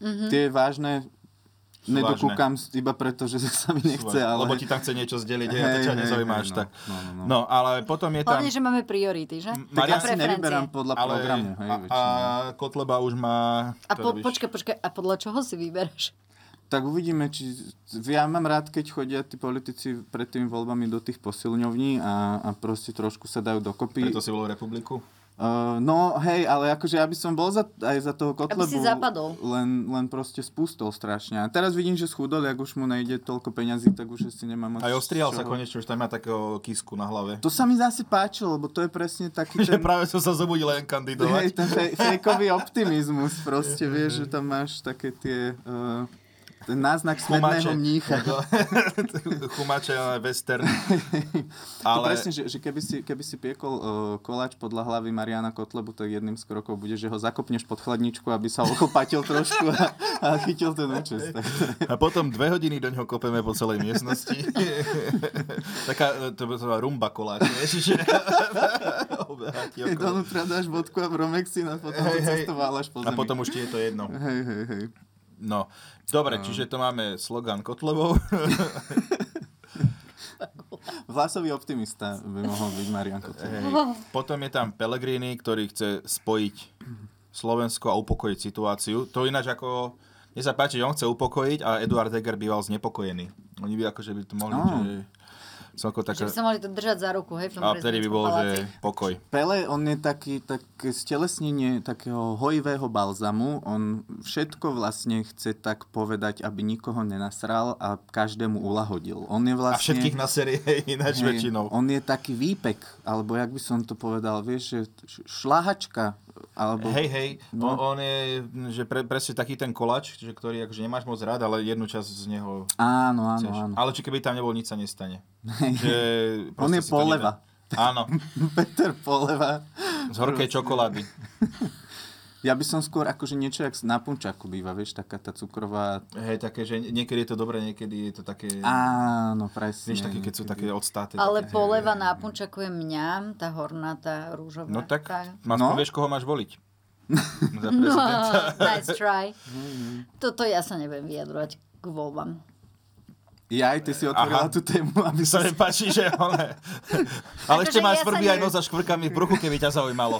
Speaker 3: Mm-hmm. Tie vážne
Speaker 2: vážne.
Speaker 3: nedokúkam s- iba preto, že sa mi nechce,
Speaker 2: Lebo
Speaker 3: ale...
Speaker 2: ti tam chce niečo zdeliť, hej, a to
Speaker 3: Hej,
Speaker 2: ťa
Speaker 3: hej,
Speaker 2: nezaujíma
Speaker 3: hej,
Speaker 2: až
Speaker 3: no,
Speaker 2: tak.
Speaker 3: no, no, no.
Speaker 2: No, ale potom je tam...
Speaker 1: Hlavne, že máme priority, že?
Speaker 3: Tak
Speaker 2: Maria-
Speaker 3: ja si
Speaker 1: preferencie.
Speaker 3: nevyberám podľa
Speaker 2: ale,
Speaker 3: programu, hej,
Speaker 2: a, a
Speaker 3: väčšinou.
Speaker 2: Kotleba už má...
Speaker 1: A
Speaker 2: to
Speaker 1: po,
Speaker 2: robíš.
Speaker 1: počkaj, počkaj, a podľa čoho si vyberáš?
Speaker 3: Tak uvidíme, či... Ja mám rád, keď chodia tí politici pred tými voľbami do tých posilňovní a, a proste trošku sa dajú dokopy.
Speaker 2: Preto si volil republiku?
Speaker 3: Uh, no hej, ale akože ja by som bol za, aj za toho Kotlebu.
Speaker 1: si zapadol.
Speaker 3: Len, len proste spustol strašne. A teraz vidím, že schudol, ak už mu nejde toľko peňazí, tak už asi nemá moc
Speaker 2: Aj ostrihal sa
Speaker 3: čoho.
Speaker 2: konečne, už tam má takého kisku na hlave.
Speaker 3: To sa mi zase páčilo, lebo to je presne taký
Speaker 2: Že
Speaker 3: ten...
Speaker 2: práve som sa zobudil len
Speaker 3: Hej,
Speaker 2: kandidovať.
Speaker 3: ten fej- fejkový optimizmus proste, vieš, že tam máš také tie... Uh, ten náznak
Speaker 2: Chumače.
Speaker 3: smedného mnícha.
Speaker 2: Chumače, ale western.
Speaker 3: Ale... To
Speaker 2: Ale-
Speaker 3: presne, že, že keby, si, keby si piekol uh, koláč podľa hlavy Mariana Kotlebu, tak jedným z krokov bude, že ho zakopneš pod chladničku, aby sa ochopatil trošku a, a chytil ten účest. Tak to je-
Speaker 2: A potom dve hodiny do ňoho kopeme po celej miestnosti. Taká, e, to by sa rumba koláč, vieš, že... Obehatí okolo.
Speaker 3: Keď donútra dáš vodku a bromek si na potom
Speaker 2: Hej,
Speaker 3: hey,
Speaker 2: hej.
Speaker 3: cestováľaš po
Speaker 2: A
Speaker 3: zemi.
Speaker 2: potom už ti je to jedno.
Speaker 3: Hej, hej, hej.
Speaker 2: No, dobre, čiže to máme slogan Kotlebov.
Speaker 3: Vlasový optimista by mohol byť Marian Kotleba.
Speaker 2: Hej. Potom je tam Pellegrini, ktorý chce spojiť Slovensko a upokojiť situáciu. To ináč ako... Mne sa páči, že on chce upokojiť a Eduard Heger býval znepokojený. Oni by akože by to mohli,
Speaker 3: No.
Speaker 2: že...
Speaker 1: Že
Speaker 2: Celko taká...
Speaker 1: by sa mohli to držať za ruku, hej, v tom
Speaker 2: A vtedy by
Speaker 1: prezidentskom
Speaker 2: bolo,
Speaker 1: paláci.
Speaker 2: že pokoj.
Speaker 3: Pele, on je taký, také stelesnenie takého hojivého balzamu. On všetko vlastne chce tak povedať, aby nikoho nenasral a každému ulahodil. On je
Speaker 2: A
Speaker 3: vlastne...
Speaker 2: všetkých na série ináč
Speaker 3: Hej,
Speaker 2: väčšinou.
Speaker 3: On je taký výpek, alebo jak by som to povedal, vieš, že š- šláhačka, alebo...
Speaker 2: Hej, hej,
Speaker 3: No.
Speaker 2: no. on je že pre, presne taký ten kolač, že, ktorý akože nemáš moc rád, ale jednu časť z neho
Speaker 3: Áno, áno,
Speaker 2: chceš.
Speaker 3: áno.
Speaker 2: Ale či keby tam nebol, nič sa nestane. Že
Speaker 3: On
Speaker 2: proste
Speaker 3: je
Speaker 2: si to
Speaker 3: poleva.
Speaker 2: nedá. Áno,
Speaker 3: Peter Poleva.
Speaker 2: z horkej čokolády.
Speaker 3: Ja by som skôr akože niečo, jak na punčaku býva, vieš, taká tá cukrová...
Speaker 2: Hej, také, že niekedy je to dobré, niekedy je to také...
Speaker 3: Áno, presne.
Speaker 2: Vieš, také, keď sú také odstáte.
Speaker 1: Ale
Speaker 2: také-
Speaker 1: poleva na punčaku je mňam, tá horná, tá rúžová.
Speaker 2: No tak,
Speaker 1: Tá...
Speaker 2: máš,
Speaker 3: No.
Speaker 2: vieš, koho máš voliť. Za
Speaker 1: No,
Speaker 2: prezidenta.
Speaker 1: nice try. Toto ja sa neviem vyjadrovať k voľbám.
Speaker 3: Ja aj ty si otvorila
Speaker 2: Aha.
Speaker 3: tú tému, aby
Speaker 2: sa
Speaker 3: som...
Speaker 2: mi páči, že ale... ale
Speaker 1: Akože
Speaker 2: ešte
Speaker 1: ja
Speaker 2: máš
Speaker 1: sa
Speaker 2: svrbí aj
Speaker 1: neviem.
Speaker 2: nos za škvrkami v bruchu, keby ťa zaujímalo.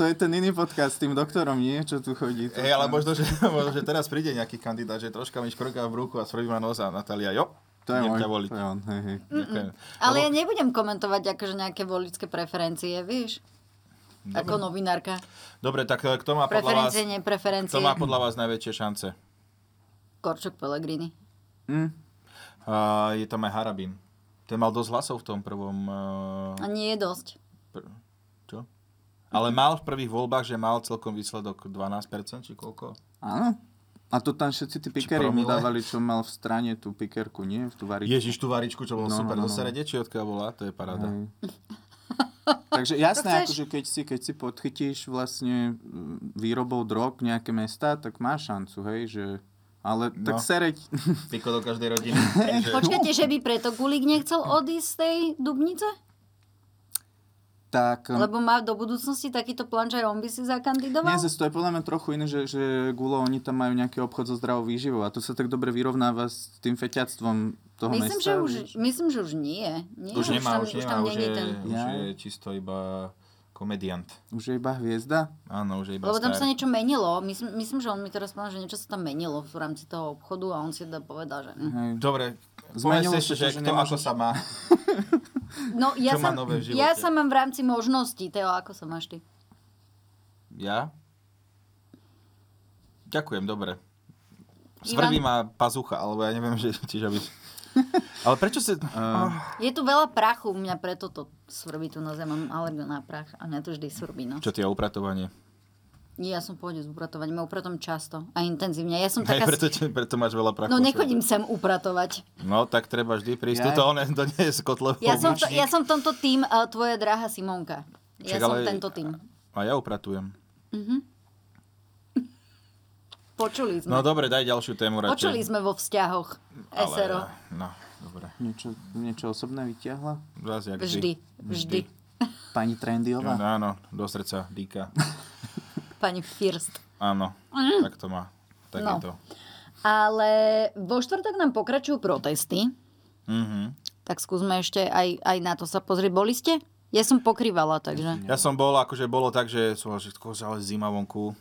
Speaker 3: To je ten iný podcast s tým doktorom, nie? Čo tu chodí? To-
Speaker 2: Hej, ale možno že, možno, že teraz príde nejaký kandidát, že troška mi škvrká v ruku a svrbí ma nos a Natália, jo,
Speaker 3: To je
Speaker 2: idem
Speaker 3: môj,
Speaker 2: ťa voliť.
Speaker 3: to je on, hej, hej.
Speaker 2: Ďakujem.
Speaker 1: Ale ja nebudem komentovať akože nejaké voličské preferencie, vieš? Ako novinárka.
Speaker 2: Dobre, tak e, kto má podľa vás,
Speaker 1: Preferencie, nepreferencie.
Speaker 2: kto má podľa vás najväčšie šance?
Speaker 1: Korčok Pellegrini.
Speaker 2: A Uh, je tam aj Harabin. Ten mal dosť hlasov v tom prvom...
Speaker 1: A
Speaker 2: e,
Speaker 1: nie je dosť.
Speaker 2: Pr- čo? Ale mal v prvých voľbách, že mal celkom výsledok 12%, či koľko?
Speaker 3: Áno. A to tam všetci tí pikery mu
Speaker 2: promile?
Speaker 3: dávali, čo mal v strane tú pikerku, nie? V tú varičku.
Speaker 2: Ježiš, tú varičku, čo bolo
Speaker 3: No,
Speaker 2: no, super. No,
Speaker 3: no,
Speaker 2: no.
Speaker 3: no.
Speaker 2: To sa redeči, odkiaľ bola, to je paráda.
Speaker 3: Hej. Takže jasné,
Speaker 1: chceš?
Speaker 3: akože keď si, keď si podchytíš vlastne mm, výrobou drog nejaké mesta, tak máš šancu, hej, že... Ale
Speaker 2: No.
Speaker 3: tak sereď...
Speaker 2: Piko do každej rodiny. takže-
Speaker 1: Počkajte, že by preto Gulík nechcel odísť z tej Dubnice?
Speaker 3: tak...
Speaker 2: Hm.
Speaker 3: um,
Speaker 1: Lebo má do budúcnosti takýto plán, že aj on by si zakandidoval?
Speaker 3: Nie, zase to je podľa mňa trochu iné, že, že gulo, oni tam majú nejaký obchod so zdravou výživou a to sa tak dobre vyrovnáva s tým feťactvom toho
Speaker 1: Myslím,
Speaker 3: mesta.
Speaker 1: že už,
Speaker 3: vieš.
Speaker 1: myslím, že už nie. nie
Speaker 2: Už nemá, už nemá, už
Speaker 1: není
Speaker 2: je,
Speaker 1: ten...
Speaker 2: už
Speaker 3: Ja.
Speaker 2: je čisto iba komediant.
Speaker 3: Už je iba hviezda?
Speaker 2: Áno, už je iba
Speaker 1: Lebo tam sa
Speaker 2: star.
Speaker 1: niečo menilo. Myslím, myslím, že on mi teraz povedal, že niečo sa tam menilo v rámci toho obchodu a on si teda povedal,
Speaker 2: Mhm.
Speaker 1: že... hm.
Speaker 3: Hej.
Speaker 2: Dobre,
Speaker 3: Zmenilo
Speaker 2: povedz ešte,
Speaker 3: sa to,
Speaker 2: že
Speaker 3: že
Speaker 2: kto
Speaker 3: nemôžeš-
Speaker 2: ako sa má.
Speaker 1: No, ja,
Speaker 2: Čo
Speaker 1: sa,
Speaker 2: má nové v živote?
Speaker 1: ja sa mám v rámci možností. Teo, ako sa máš ty?
Speaker 2: Ja? Ďakujem, dobre. Svrbí ma pazucha, alebo ja neviem, že tiež aby... Ale prečo si... Ah.
Speaker 1: Je tu veľa prachu, mňa preto to svrbí tu na zem, mám alergiu na prach a mňa to vždy svrbí, no.
Speaker 2: Čo tie upratovanie?
Speaker 1: Ja som pôjde s upratovaním, ja upratom často a intenzívne. Ja som
Speaker 2: Hej,
Speaker 1: taká...
Speaker 2: preto, preto máš veľa prachu.
Speaker 1: No nechodím sem upratovať.
Speaker 2: No, tak treba vždy prísť.
Speaker 3: Ja-
Speaker 2: Tuto on to nie je z kotlov.
Speaker 1: Ja som, to, ja som v tomto tým uh, tvoja drahá Simonka. Ja
Speaker 2: Čak,
Speaker 1: som
Speaker 2: ale-
Speaker 1: tento tým.
Speaker 2: A ja upratujem.
Speaker 1: Počuli sme.
Speaker 2: No dobre, daj ďalšiu tému radšej.
Speaker 1: Počuli sme vo vzťahoch.
Speaker 2: Ale-
Speaker 1: SRO.
Speaker 2: No, dobre.
Speaker 3: Niečo, niečo osobné vyťahla?
Speaker 2: Zas jak
Speaker 1: Vždy. Vždy.
Speaker 3: Pani Trendyová?
Speaker 2: No, áno, do srdca, dýka.
Speaker 1: Pani First.
Speaker 2: Áno, tak to má. Tak
Speaker 1: Mm. No.
Speaker 2: je to.
Speaker 1: Ale vo štvrtok nám pokračujú protesty.
Speaker 2: Mhm.
Speaker 1: Tak skúsme ešte aj, aj na to sa pozrieť. Boli ste? Ja som pokrývala, takže...
Speaker 2: Ja som bol, akože bolo tak, že som bol, že tko, že ale zima vonku.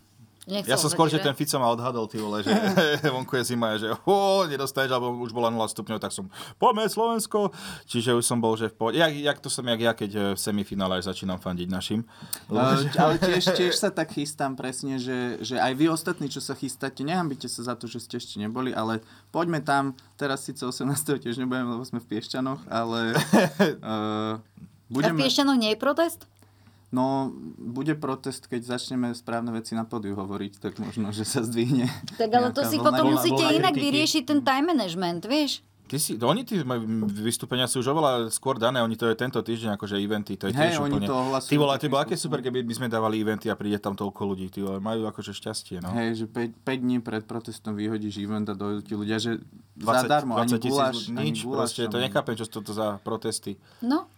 Speaker 1: Nechcel
Speaker 2: Ja som skôr, že
Speaker 1: vedieť,
Speaker 2: ten Fico ma odhadol, ty vole, že vonku je zima, že ho, nedostaneš, alebo už bola 0 stupňov, tak som, poďme Slovensko. Čiže už som bol, že v pohode. Jak, jak to som, jak ja, keď eh, v semifinále až začínam fandiť našim.
Speaker 3: Ale, ale tiež, tiež sa tak chystám presne, že, že aj vy ostatní, čo sa chystáte, nehambite sa za to, že ste ešte neboli, ale poďme tam, teraz síce 18. tiež nebudem, lebo sme v Piešťanoch, ale uh,
Speaker 1: A v
Speaker 3: budeme,
Speaker 1: Piešťanoch nie je protest?
Speaker 3: no, bude protest, keď začneme správne veci na podiu hovoriť, tak možno, že sa zdvihne.
Speaker 1: Tak ale to
Speaker 3: nejaká
Speaker 1: si
Speaker 3: vlna.
Speaker 1: potom
Speaker 3: Bola-
Speaker 1: musíte
Speaker 3: bola
Speaker 1: inak
Speaker 3: kritiky.
Speaker 1: vyriešiť ten time management, vieš?
Speaker 2: Ty si, oni tí majú- vystúpenia sú už oveľa skôr dané, oni to je tento týždeň, akože eventy, to je
Speaker 3: Hej,
Speaker 2: tiež
Speaker 3: oni
Speaker 2: úplne.
Speaker 3: to ohlasujú
Speaker 2: ty vole, ty
Speaker 3: takým
Speaker 2: bol, aké super, keby my sme dávali eventy a príde tam toľko ľudí, ty vole, majú akože šťastie, no.
Speaker 3: Hej, že 5, 5 dní pred protestom vyhodíš event a dojdú ti ľudia, že
Speaker 2: 20,
Speaker 3: zadarmo,
Speaker 2: 20
Speaker 3: ani
Speaker 2: tisíc
Speaker 3: guláš,
Speaker 2: ľudí,
Speaker 3: ani
Speaker 2: nič,
Speaker 3: guláš,
Speaker 2: proste, to
Speaker 3: ani-
Speaker 2: nechápem, čo sú toto za protesty.
Speaker 1: No,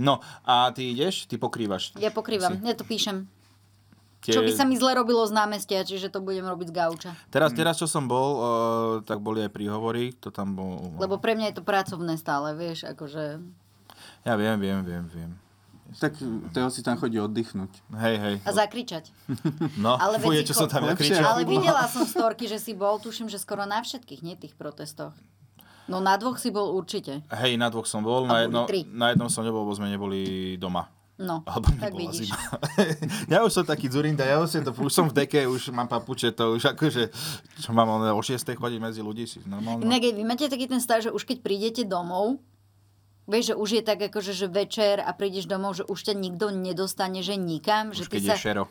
Speaker 2: No, a ty ideš, ty pokrývaš.
Speaker 1: ja pokrývam,
Speaker 2: Si.
Speaker 1: ja to píšem.
Speaker 2: Tie-
Speaker 1: Čo by sa mi zle robilo z námestia, čiže to budem robiť z gauča.
Speaker 2: Teraz, teraz, čo som bol, uh, tak boli aj príhovory, to tam bol...
Speaker 1: Lebo pre mňa je to pracovné stále, vieš, akože...
Speaker 2: Ja viem, viem, viem, viem.
Speaker 3: Tak Teo si tam chodí oddychnúť.
Speaker 2: Hej, hej.
Speaker 1: A zakričať.
Speaker 2: No,
Speaker 1: ale
Speaker 2: ale fuje,
Speaker 1: veď
Speaker 2: čo
Speaker 1: ticho.
Speaker 2: som tam ja
Speaker 3: Lepšie.
Speaker 2: kričal.
Speaker 1: Ale videla som storky, že si bol, tuším, že skoro na všetkých, nie tých protestoch. No na dvoch si bol určite.
Speaker 2: Hej, na dvoch som
Speaker 1: A
Speaker 2: bol,
Speaker 1: boli
Speaker 2: na, jedno,
Speaker 1: tri.
Speaker 2: na jednom som nebol, lebo sme neboli doma.
Speaker 1: No,
Speaker 2: Alebo mi
Speaker 1: tak
Speaker 2: bola
Speaker 1: vidíš.
Speaker 2: zima. ja už som taký dzurinda, ja už, som to, už som v deke, už mám papuče, to už akože, čo mám, ono, o 6 chodí medzi ľudí, si normálne.
Speaker 1: Inak vy máte taký ten stav, že už keď prídete domov, vieš, že už je tak akože, že večer a prídeš domov, že už ťa nikto nedostane, že nikam. že ty
Speaker 2: Už keď
Speaker 1: sa,
Speaker 2: je šero.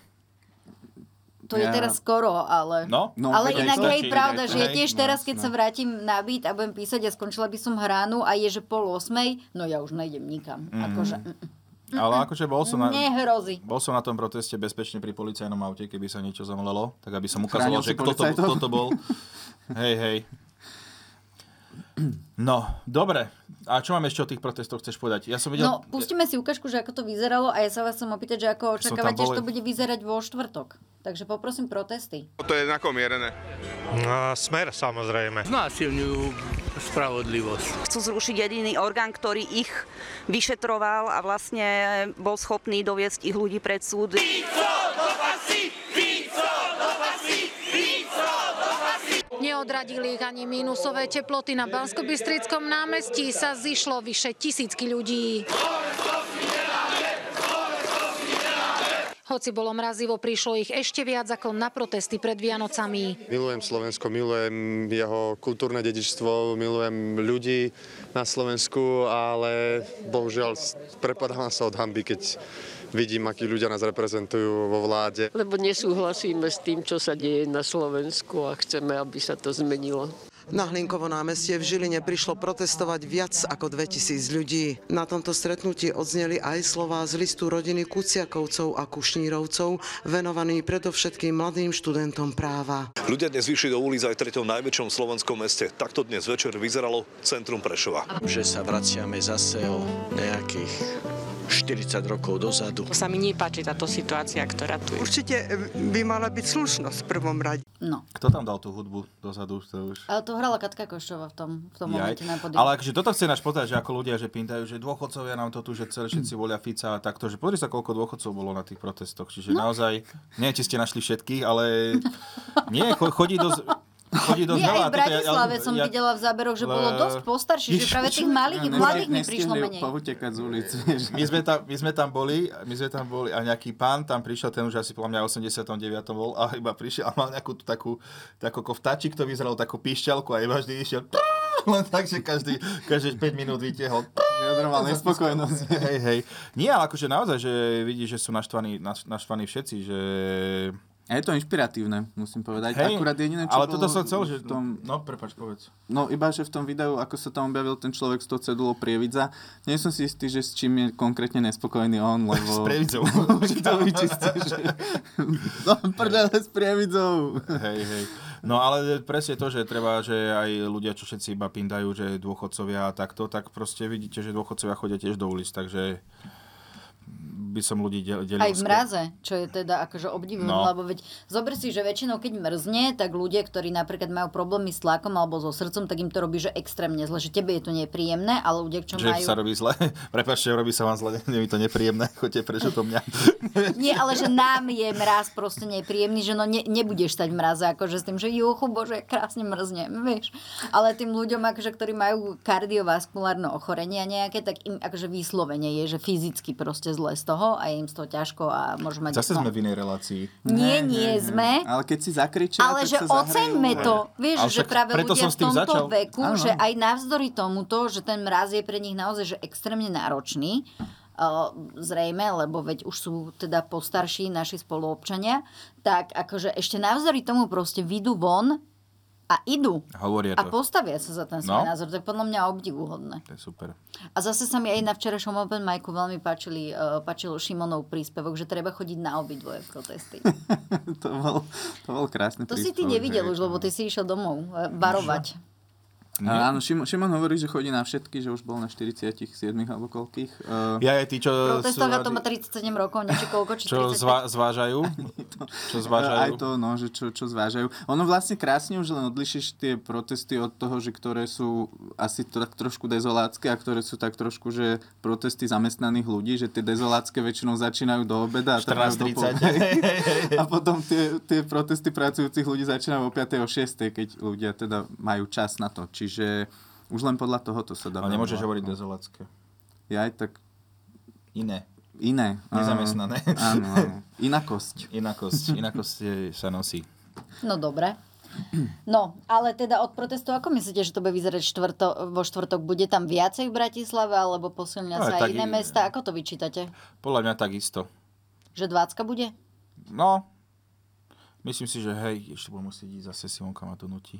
Speaker 1: To je
Speaker 3: Ja-
Speaker 1: teraz skoro, ale...
Speaker 2: No?
Speaker 3: No,
Speaker 1: ale
Speaker 3: veď aj
Speaker 1: inak
Speaker 3: to
Speaker 1: hej,
Speaker 3: stačí,
Speaker 1: pravda,
Speaker 3: veď
Speaker 1: že
Speaker 3: to-
Speaker 1: ja
Speaker 3: hej,
Speaker 1: tiež
Speaker 3: no
Speaker 1: teraz, keď
Speaker 3: jasné.
Speaker 1: sa vrátim na byt a budem písať a skončila by som hránu a je, že pol osmej, no ja už nejdem nikam. Akože, mm,
Speaker 2: Ale akože bol som na...
Speaker 1: nehrozí.
Speaker 2: Bol som na tom proteste bezpečne pri policajnom aute, keby sa niečo zamlelo, tak aby som ukázal,
Speaker 3: Chránil
Speaker 2: že
Speaker 3: si
Speaker 2: kto to,
Speaker 3: policajtov?
Speaker 2: kto to bol. Hej, hej. No, dobre. A čo mám ešte o tých protestoch chceš povedať? Ja som videl...
Speaker 1: No, pustíme si ukážku, že ako to vyzeralo a ja sa vás chcem opýtať, že ako
Speaker 2: Som tam
Speaker 1: očakávate, že
Speaker 2: boli.
Speaker 1: to bude vyzerať vo štvrtok. Takže poprosím protesty.
Speaker 9: To je nakomierené.
Speaker 6: smer samozrejme.
Speaker 8: Znásilňujú spravodlivosť.
Speaker 10: Chcú zrušiť jediný orgán, ktorý ich vyšetroval a vlastne bol schopný doviesť ich ľudí pred súd.
Speaker 11: Neodradili ich ani mínusové teploty. Na Banskobystrickom námestí sa zišlo vyše tisícky ľudí. Hoci bolo mrazivo, prišlo ich ešte viac ako na protesty pred Vianocami.
Speaker 9: Milujem Slovensko, milujem jeho kultúrne dedičstvo, milujem ľudí na Slovensku, ale bohužiaľ s- prepadávam sa od hamby, keď vidím, akí ľudia nás reprezentujú vo vláde.
Speaker 12: Lebo nesúhlasíme s tým, čo sa deje na Slovensku a chceme, aby sa to zmenilo.
Speaker 13: Na Hlinkovo námestie v Žiline prišlo protestovať viac ako 2000 ľudí. Na tomto stretnutí odzneli aj slová z listu rodiny Kuciakovcov a Kušnírovcov, venovaný predovšetkým mladým študentom práva.
Speaker 14: Ľudia dnes vyšli do ulic aj v treťom najväčšom slovenskom meste. Takto dnes večer vyzeralo centrum Prešova.
Speaker 15: že sa vraciame zase o nejakých 40 rokov dozadu.
Speaker 16: To sa mi nepáči táto situácia, ktorá tu je.
Speaker 13: Určite by mala byť slušnosť v prvom rade.
Speaker 1: No.
Speaker 2: Kto tam dal tú hudbu dozadu? To už...
Speaker 1: Ale to hrala Katka Koščová v tom, v tom
Speaker 2: Jaj.
Speaker 1: momente na podiu.
Speaker 2: Ale akože toto chce náš povedať, že ako ľudia, že pintajú, že dôchodcovia nám to tu, že celé všetci volia Fica a takto, že pozri sa, koľko dôchodcov bolo na tých protestoch. Čiže
Speaker 1: No.
Speaker 2: naozaj, nie, či ste našli všetkých, ale nie, cho- chodí dosť... Chodí dosť
Speaker 1: Nie, aj
Speaker 2: veľa.
Speaker 1: v
Speaker 2: Toto ja-
Speaker 1: Bratislave
Speaker 2: ja-
Speaker 1: som
Speaker 2: ja-
Speaker 1: videla v záberoch, že bolo
Speaker 2: Le-
Speaker 1: dosť postarších, že
Speaker 2: Ježiš,
Speaker 1: práve tých malých,
Speaker 3: Nestihli-
Speaker 1: mladých mi prišlo
Speaker 3: nestihli
Speaker 1: menej.
Speaker 3: Poutekať z ulic, vieš.
Speaker 2: my sme, tam, my sme tam boli, my sme tam boli a nejaký pán tam prišiel, ten už asi podľa mňa 89. bol a iba prišiel a mal nejakú tú takú, takú ako vtáčik, to vyzeral takú píšťalku a iba vždy išiel len tak, že každý, každý 5 minút vytiehol.
Speaker 3: Vyjadroval nespokojnosť.
Speaker 2: Hej, hej. Nie, ale akože naozaj, že vidíš, že sú naštvaní, naš- naštvaní všetci, že...
Speaker 3: A je to inšpiratívne, musím povedať. Akurát jediné, čo
Speaker 2: ale
Speaker 3: bolo
Speaker 2: toto som chcel, že...
Speaker 3: v tom,
Speaker 2: No, prepač, povedz.
Speaker 3: No iba, že v tom videu, ako sa tam objavil ten človek s tou cedulou Prievidza, nie som si istý, že s čím je konkrétne nespokojný on,
Speaker 2: S
Speaker 3: lebo...
Speaker 2: Prievidzou.
Speaker 3: Že to vyčistí, že... No, prdele s Prievidzou.
Speaker 2: Hej, hej. No ale presne to, že treba, že aj ľudia, čo všetci iba pindajú, že dôchodcovia a takto, tak proste vidíte, že dôchodcovia chodia tiež do ulic, takže by som ľudí del- delil.
Speaker 1: Aj v
Speaker 2: skôr.
Speaker 1: mraze, čo je teda akože obdivujem,
Speaker 2: No.
Speaker 1: lebo veď zober si, že väčšinou keď mrzne, tak ľudia, ktorí napríklad majú problémy s tlakom alebo so srdcom, tak im to robí, že extrémne zle, že tebe je to nepríjemné, ale ľudia, čo
Speaker 2: Že
Speaker 1: majú...
Speaker 2: sa robí zle. Prepačte, robí sa vám zle, nie je mi to nepríjemné, choďte preč odo mňa.
Speaker 1: Nie, ale že nám je mraz proste nepríjemný, že no ne, nebudeš stať v mraze, akože s tým, že juchu, bože, krásne mrzne, vieš. Ale tým ľuďom, akože, ktorí majú kardiovaskulárne ochorenia nejaké, tak im akože výslovene je, že fyzicky proste zle z toho a je im z toho ťažko a môžu mať...
Speaker 2: Zase
Speaker 1: no.
Speaker 2: sme v inej relácii.
Speaker 1: Nie, nie sme.
Speaker 3: Ale keď si zakričia,
Speaker 1: Ale
Speaker 3: tak
Speaker 1: že
Speaker 3: sa zahrajú.
Speaker 1: oceňme to. Vieš,
Speaker 2: Ale
Speaker 1: že
Speaker 2: však
Speaker 1: práve
Speaker 2: preto
Speaker 1: ľudia
Speaker 2: som
Speaker 1: v
Speaker 2: s tým
Speaker 1: tomto
Speaker 2: začal.
Speaker 1: veku,
Speaker 2: Áno,
Speaker 1: že
Speaker 2: áno.
Speaker 1: aj navzdory tomuto, že ten mraz je pre nich naozaj že extrémne náročný, eh, zrejme, lebo veď už sú teda postarší naši spoluobčania, tak akože ešte navzdory tomu proste vidú von a idú.
Speaker 2: Hovoria
Speaker 1: A
Speaker 2: to.
Speaker 1: postavia sa za ten svoj
Speaker 2: No.
Speaker 1: názor. To je podľa mňa obdivuhodné.
Speaker 2: To je super.
Speaker 1: A zase sa mi aj na včerajšom Open Micu veľmi páčili, eh, páčil Šimonov príspevok, že treba chodiť na obidvoje protesty.
Speaker 3: to, bol, to bol krásny
Speaker 1: To si ty
Speaker 3: príspevok,
Speaker 1: nevidel už,
Speaker 3: hej.
Speaker 2: no.
Speaker 1: lebo ty si išiel domov eh, varovať.
Speaker 3: A, No, áno, Šimon, Šimon hovorí, že chodí na všetky, že už bol na 47 alebo koľkých. Uh,
Speaker 2: Ja aj tí, čo sú
Speaker 1: Protestovať to
Speaker 2: radi-
Speaker 1: má 37 rokov, niečo koľko, či
Speaker 2: čo
Speaker 1: 30.
Speaker 2: zvá, zvážajú. čo zvážajú.
Speaker 3: Aj to, no, že čo, čo zvážajú. Ono vlastne krásne už len odlišíš tie protesty od toho, že ktoré sú asi to tak trošku dezolácké a ktoré sú tak trošku, že protesty zamestnaných ľudí, že tie dezolácké väčšinou začínajú do obeda a trvajú do
Speaker 2: 14.30.
Speaker 3: A potom tie, tie protesty pracujúcich ľudí začínajú o 5. o 6. keď ľudia teda majú čas na to. Čiže už len podľa tohoto sa dá.
Speaker 2: Ale No, nemôžeš
Speaker 3: veľa.
Speaker 2: hovoriť dezolácké.
Speaker 3: Ja aj tak
Speaker 2: Iné.
Speaker 3: iné. áno.
Speaker 2: Nezamestnané.
Speaker 3: Áno, áno. Inakosť.
Speaker 2: Inakosť. Inakosť je- sa nosí.
Speaker 1: No dobre. No, ale teda od protestov, ako myslíte, že to bude vyzerať štvrto, vo štvrtok? Bude tam viacej v Bratislave, alebo posilňa
Speaker 2: No,
Speaker 1: sa aj
Speaker 2: tak
Speaker 1: iné
Speaker 2: i-
Speaker 1: mesta? Ako to vyčítate?
Speaker 2: Podľa mňa takisto.
Speaker 1: Že 20 bude?
Speaker 2: No, myslím si, že hej, ešte budem musieť ísť zase Simonka ma to nutí.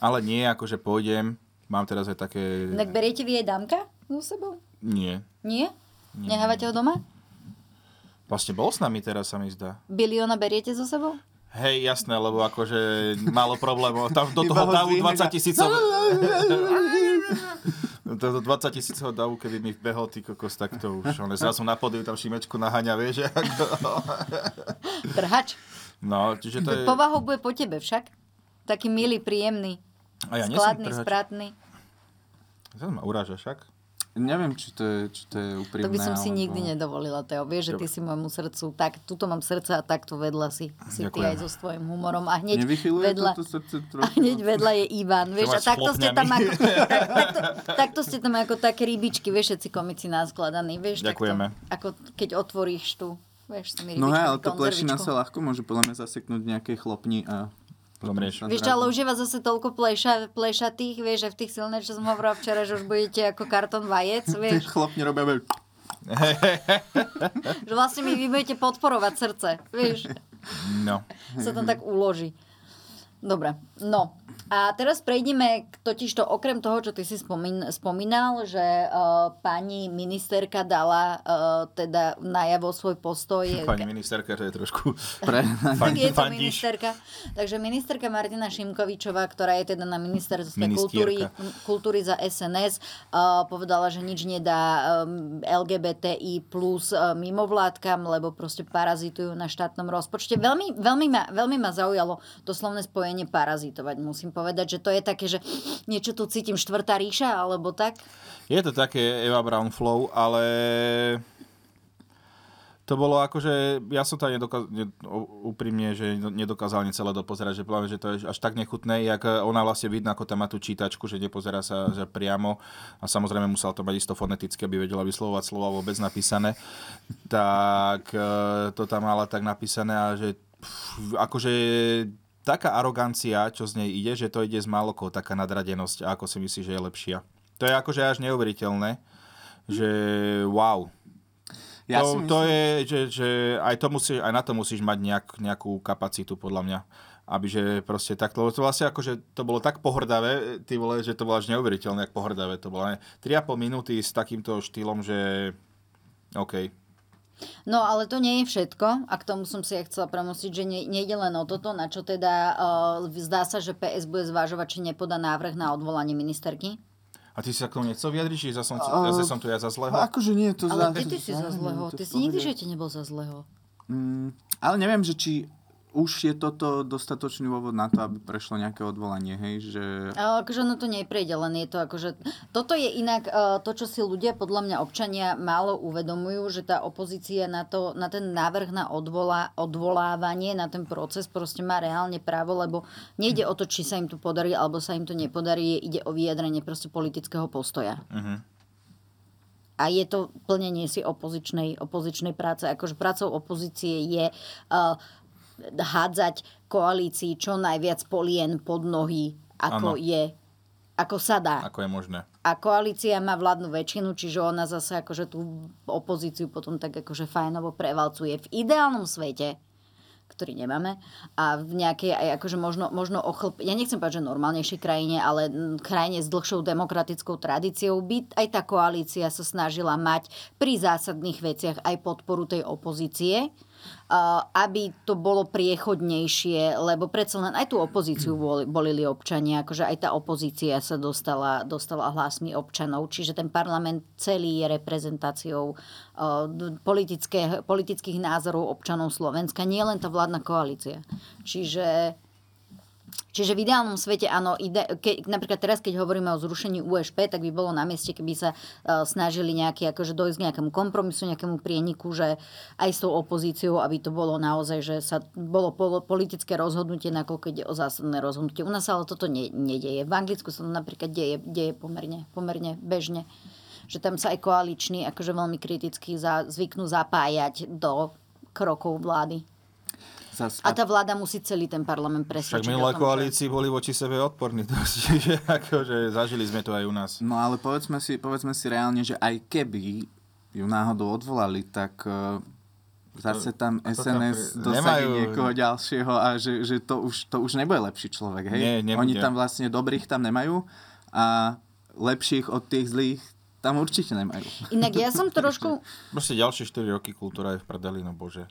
Speaker 2: Ale nie, akože pôjdem. Mám teraz aj také...
Speaker 1: Tak beriete vy jej dámka so sebou?
Speaker 2: Nie.
Speaker 1: Nie?
Speaker 2: Nie.
Speaker 1: Nehávate ho doma?
Speaker 2: Vlastne bol s nami teraz, sa mi zdá.
Speaker 1: Biliona beriete so sebou?
Speaker 2: Hej, jasné, lebo akože malo problémov. Tam do
Speaker 3: Iba
Speaker 2: toho
Speaker 3: ho
Speaker 2: davu
Speaker 3: zdvihneš
Speaker 2: 20
Speaker 3: a-
Speaker 2: tisícov. Do 20 tisícov davu, keby mi vbehol ty kokos, tak to už. Ale zrazu na podiu tam šimečku naháňa, vieš. že Ako...
Speaker 1: Trhač.
Speaker 2: No, čiže to je...
Speaker 1: Povahou bude po tebe však. Taký milý, príjemný,
Speaker 2: A ja nie som
Speaker 1: skladný,
Speaker 2: trhač.
Speaker 1: spratný.
Speaker 2: Zase ma uráža však.
Speaker 3: Neviem, či to je, či to je úprimné.
Speaker 1: To by som si
Speaker 3: alebo-
Speaker 1: nikdy nedovolila, Teo. Vieš, že ty si môjmu srdcu, tak tuto mám srdce a takto vedľa si. Si ty
Speaker 3: Ďakujem.
Speaker 1: aj so svojím humorom a hneď
Speaker 3: Nevychyluje
Speaker 1: vedľa...
Speaker 3: toto srdce
Speaker 1: A
Speaker 3: trochu?
Speaker 1: hneď vedľa je Ivan, vieš, a
Speaker 3: máš s
Speaker 1: takto ste tam
Speaker 3: chlopňami.
Speaker 1: ako, tak, takto, takto ste tam ako také rybičky, vieš, všetci komici naskladaní, vieš,
Speaker 3: Ďakujeme.
Speaker 1: takto, ako keď otvoríš tu, vieš, s tými
Speaker 3: No hej,
Speaker 1: rybičkami
Speaker 3: ale to plešina
Speaker 1: konzervičku.
Speaker 3: sa ľahko môže podľa mňa zaseknúť v nejakej chlopni a... Zomrieš.
Speaker 1: Vieš, čo, ale už je vás zase toľko pleša, plešatých, vieš, že v tých silných, čo som hovorila včera, že už budete ako karton vajec,
Speaker 3: Tie
Speaker 1: vieš,
Speaker 3: chlopne robia... veľ-
Speaker 1: že vlastne mi vy budete podporovať srdce, vieš.
Speaker 2: No.
Speaker 1: sa tam tak uloží. Dobre, no a teraz prejdeme k totižto okrem toho, čo ty si spomín, spomínal, že uh, pani ministerka dala uh, teda najavo svoj postoj.
Speaker 2: Pani ministerka, to je trošku...
Speaker 3: Pre...
Speaker 1: tak je to ministerka. Takže ministerka Martina Šimkovičová, ktorá je teda na ministerstve
Speaker 2: Ministierka.
Speaker 1: kultúry, kultúry za SNS, uh, povedala, že nič nedá um, LGBTI plus uh, mimovládkam, lebo proste parazitujú na štátnom rozpočte. Veľmi, veľmi, ma, veľmi ma zaujalo to slovné spojenie parazitovať. Musím povedať, že to je také, že niečo tu cítim štvrtá ríša, alebo tak.
Speaker 2: Je to také Eva Brown flow, ale to bolo akože, ja som tam nedokaz, ne, o- úprimne, že ne- nedokázal ani celé dopozerať, že práve, že to je až tak nechutné, jak e, ona vlastne vidno, ako tam má tú čítačku, že nepozerá sa že priamo a samozrejme musela to mať isto foneticky, aby vedela vyslovovať slova vôbec napísané, tak e, to tam mala tak napísané a že pff, akože taká arogancia, čo z nej ide, že to ide z málokou, taká nadradenosť, a ako si myslíš, že je lepšia. To je akože až neuveriteľné, že wow, ja
Speaker 3: Ja si
Speaker 2: to,
Speaker 3: myslím-
Speaker 2: to je, že, že aj, to musí, aj na to musíš mať nejak, nejakú kapacitu, podľa mňa. Aby že proste takto, lebo to vlastne akože to bolo tak pohrdavé, ty vole, že to bolo až neuveriteľné, ak pohrdavé to bolo. Ne? 3,5 minúty s takýmto štýlom, že OK.
Speaker 1: No ale to nie je všetko a k tomu som si aj chcela premostiť, že ne, nejde len o toto, na čo e, teda uh, zdá sa, že PS bude zvážovať, či nepodá návrh na odvolanie ministerky.
Speaker 2: A ty si sa k tomu nechcel vyjadriť, či zase som, zase som tu ja za zlého?
Speaker 3: Akože nie, to
Speaker 1: Ale
Speaker 3: za-
Speaker 1: kde ty si za
Speaker 3: za-
Speaker 1: zlého?
Speaker 3: to
Speaker 1: Ty si nikdy v
Speaker 3: povedať.
Speaker 1: živote nebol za zlého.
Speaker 3: Mm, ale neviem, že či už je toto dostatočný dôvod na to, aby prešlo nejaké odvolanie, hej, že...
Speaker 1: Ale akože ono to neprejde, len je to akože... Toto je inak eh, to, čo si ľudia, podľa mňa občania, málo uvedomujú, že tá opozícia na, to, na ten návrh na odvolá, odvolávanie, na ten proces proste má reálne právo, lebo nejde o to, či sa im to podarí, alebo sa im to nepodarí, ide o vyjadrenie proste politického postoja.
Speaker 2: Mhm.
Speaker 1: A je to plnenie si opozičnej, opozičnej práce. Akože prácou opozície je eh, hádzať koalícii čo najviac polien pod nohy, ako
Speaker 2: Áno.
Speaker 1: je ako sa dá.
Speaker 2: Ako je možné.
Speaker 1: A koalícia má vládnu väčšinu, čiže ona zase akože tú opozíciu potom tak akože fajnovo prevalcuje v ideálnom svete ktorý nemáme a v nejakej aj akože možno, možno ochlp, ja nechcem povedať, že normálnejšej krajine, ale mm, krajine s dlhšou demokratickou tradíciou by aj tá koalícia sa snažila mať pri zásadných veciach aj podporu tej opozície, a aby to bolo priechodnejšie, lebo predsa len aj tú opozíciu boli- bolili občania, akože aj tá opozícia sa dostala, dostala hlasmi občanov, čiže ten parlament celý je reprezentáciou uh, d- politické, politických názorov občanov Slovenska, nie len tá vládna koalícia. Čiže Čiže v ideálnom svete, áno, ide, ke, napríklad teraz, keď hovoríme o zrušení USP, tak by bolo na mieste, keby sa uh, snažili nejaký, akože dojsť k nejakému kompromisu, nejakému prieniku, že aj s tou opozíciou, aby to bolo naozaj, že sa bolo polo, politické rozhodnutie, nakoľko ide o zásadné rozhodnutie. U nás sa ale toto ne, nedeje. V Anglicku sa to napríklad deje, deje pomerne, pomerne bežne že tam sa aj koaliční akože veľmi kriticky za, zvyknú zapájať do krokov vlády.
Speaker 3: Zas,
Speaker 1: A tá vláda musí celý ten parlament
Speaker 2: Však
Speaker 1: presvedčiť. o
Speaker 2: minulé
Speaker 1: tom, že-
Speaker 2: koalícii boli voči sebe odporní dosť, že akože zažili sme to aj u nás.
Speaker 3: No ale povedzme si, povedzme si reálne, že aj keby ju náhodou odvolali, tak uh, zase tam
Speaker 2: a to tam
Speaker 3: SNS
Speaker 2: pri-
Speaker 3: dosadí
Speaker 2: nemajú-
Speaker 3: niekoho ďalšieho a že, že to, už, to už nebude lepší človek, hej?
Speaker 2: Nie, nebude.
Speaker 3: Oni tam vlastne dobrých tam nemajú a lepších od tých zlých tam určite nemajú.
Speaker 1: Inak ja som trošku...
Speaker 2: Proste ďalšie 4 roky kultúra je v prdeli, no bože.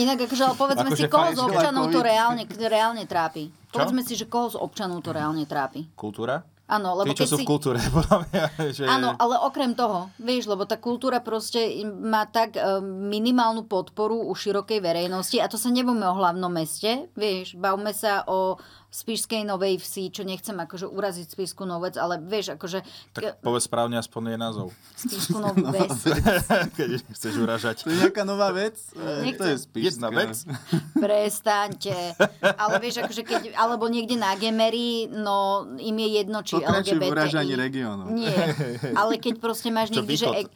Speaker 1: Inak akože, ale povedzme si,
Speaker 2: Akože
Speaker 1: koho z
Speaker 2: fajn,
Speaker 1: občanov to
Speaker 2: Štelákovi.
Speaker 1: reálne, reálne trápi.
Speaker 2: Čo?
Speaker 1: Povedzme si, že koho z občanov to reálne trápi.
Speaker 2: Kultúra?
Speaker 1: Áno, lebo
Speaker 2: Tí, čo
Speaker 1: keď
Speaker 2: sú
Speaker 1: si...
Speaker 2: v kultúre, podľa mňa, že...
Speaker 1: Áno, ale okrem toho, vieš, lebo tá kultúra proste má tak e, minimálnu podporu u širokej verejnosti a to sa nebome o hlavnom meste, vieš, bavme sa o Spišskej Novej Vsi, čo nechcem akože uraziť Spišskú Novec, ale vieš, akože
Speaker 2: Tak povedz správne aspoň je názov.
Speaker 1: Spišskú Novú Ves,
Speaker 2: Keď už nechceš uražať.
Speaker 3: To je nejaká nová vec? E,
Speaker 1: Nechcem.
Speaker 3: To je spíš.
Speaker 2: Jedna vec.
Speaker 1: prestaňte. Ale vieš, akože keď, alebo niekde na Gemery, no im je jedno, či
Speaker 3: Pokračuj v
Speaker 1: LGBTI.
Speaker 3: uražaní regiónov.
Speaker 1: Nie, ale keď proste máš
Speaker 3: Čo,
Speaker 1: niekde, že...
Speaker 3: východ?
Speaker 1: Ek...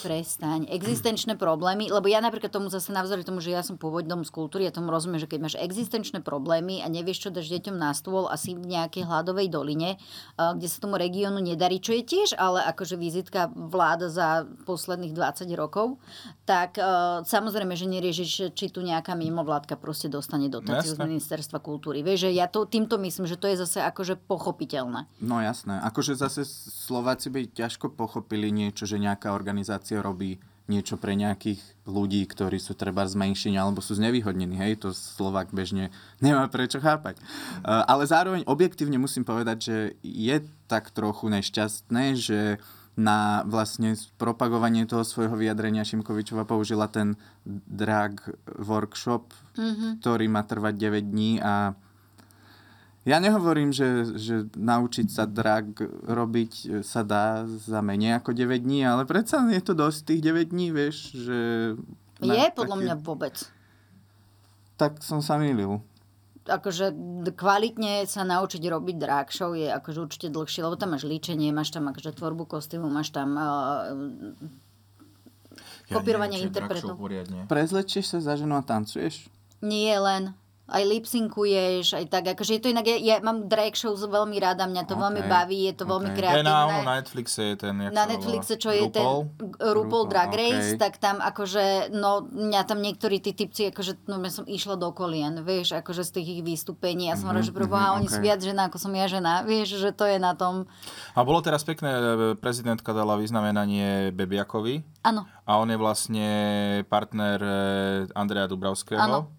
Speaker 1: Prestaň. Existenčné problémy, lebo ja napríklad tomu zase navzory tomu, že ja som pôvodom z kultúry, ja tomu rozumiem, že keď máš existenčné problémy a nevieš, čo dáš deťom na stôl asi v nejakej hladovej doline, a kde sa tomu regiónu nedarí, čo je tiež ale akože vizitka vláda za posledných 20 rokov, tak e, samozrejme, že neriešiš, či tu nejaká mimovládka proste dostane dotáciu z
Speaker 3: Jasné.
Speaker 1: ministerstva kultúry. Vieš, že ja to týmto myslím, že to je zase akože pochopiteľné.
Speaker 3: No jasné. Akože zase Slováci by ťažko pochopili niečo, že nejaká organizácia robí niečo pre nejakých ľudí, ktorí sú treba z menšiny alebo sú znevýhodnení. Hej, to Slovák bežne nemá prečo chápať. E, Ale zároveň objektívne musím povedať, že je tak trochu nešťastné, že na vlastne propagovanie toho svojho vyjadrenia Šimkovičova použila ten drag workshop,
Speaker 1: Mm-hmm.
Speaker 17: Mhm.
Speaker 3: ktorý má trvať 9 dní a ja nehovorím, že, že naučiť sa drag robiť e, sa dá za menej ako 9 dní, ale predsa je to dosť tých 9 dní, vieš, že... na
Speaker 1: je podľa
Speaker 3: taký-
Speaker 1: mňa vôbec.
Speaker 3: Tak som sa milil.
Speaker 1: akože d- kvalitne sa naučiť robiť drag show je akože určite dlhšie, lebo tam máš líčenie, máš tam akože tvorbu kostýmu, máš tam uh, kopírovanie interpretov.
Speaker 3: Prezlečieš sa za ženu a tancuješ?
Speaker 1: Nie len. Aj lipsinkuješ, aj tak. Akože je to inak, ja, ja mám drag show veľmi rada, mňa to
Speaker 2: Okay,
Speaker 1: veľmi baví, je to veľmi
Speaker 2: Je na,
Speaker 1: kreatívne.
Speaker 2: na Netflixe je ten,
Speaker 1: na
Speaker 2: jak sa volá?
Speaker 1: Netflixe, čo je ten
Speaker 2: RuPaul?
Speaker 1: RuPaul Drag Race,
Speaker 2: okej.
Speaker 1: tak tam akože, no mňa tam niektorí tí typci, akože, no ja som išla do kolien, vieš, akože z tých ich vystúpení, ja som hovorila,
Speaker 2: Mhm,
Speaker 1: že preboha,
Speaker 2: mhm,
Speaker 1: oni sú
Speaker 2: okej.
Speaker 1: viac žena, ako som ja žena, vieš, že to je na tom,
Speaker 2: A bolo teraz pekné, e, prezidentka dala vyznamenanie Bebiakovi
Speaker 1: áno,
Speaker 2: a on je vlastne partner e, Andreja Dubravského.
Speaker 1: Áno.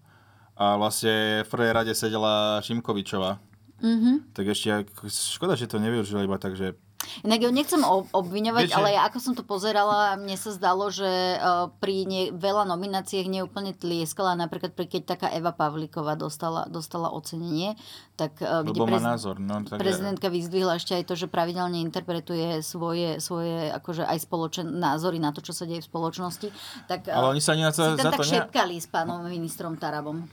Speaker 2: A vlastne v prvej rade sedela Šimkovičová.
Speaker 1: Mhm.
Speaker 2: Tak ešte, ak- škoda, že to nevyužili iba tak, že
Speaker 1: Inak ju nechcem ob- obviňovať,
Speaker 2: Viete-
Speaker 1: ale ja, ako som to pozerala, mne sa zdalo, že eh, pri ne- veľa nomináciách neúplne tlieskala. Napríklad, pri keď taká Eva Pavlíková dostala, dostala ocenenie, tak eh, kde
Speaker 2: Lebo má
Speaker 1: prez-
Speaker 2: názor, no, tak-
Speaker 1: prezidentka vyzdvihla ešte aj to, že pravidelne interpretuje svoje, svoje akože aj spoločen- názory na to, čo sa deje v spoločnosti. Tak, eh,
Speaker 2: Ale oni sa ani na
Speaker 1: si
Speaker 2: to-
Speaker 1: tam
Speaker 2: za
Speaker 1: tak
Speaker 2: to ne-
Speaker 1: šepkali s pánom ministrom Tarabom.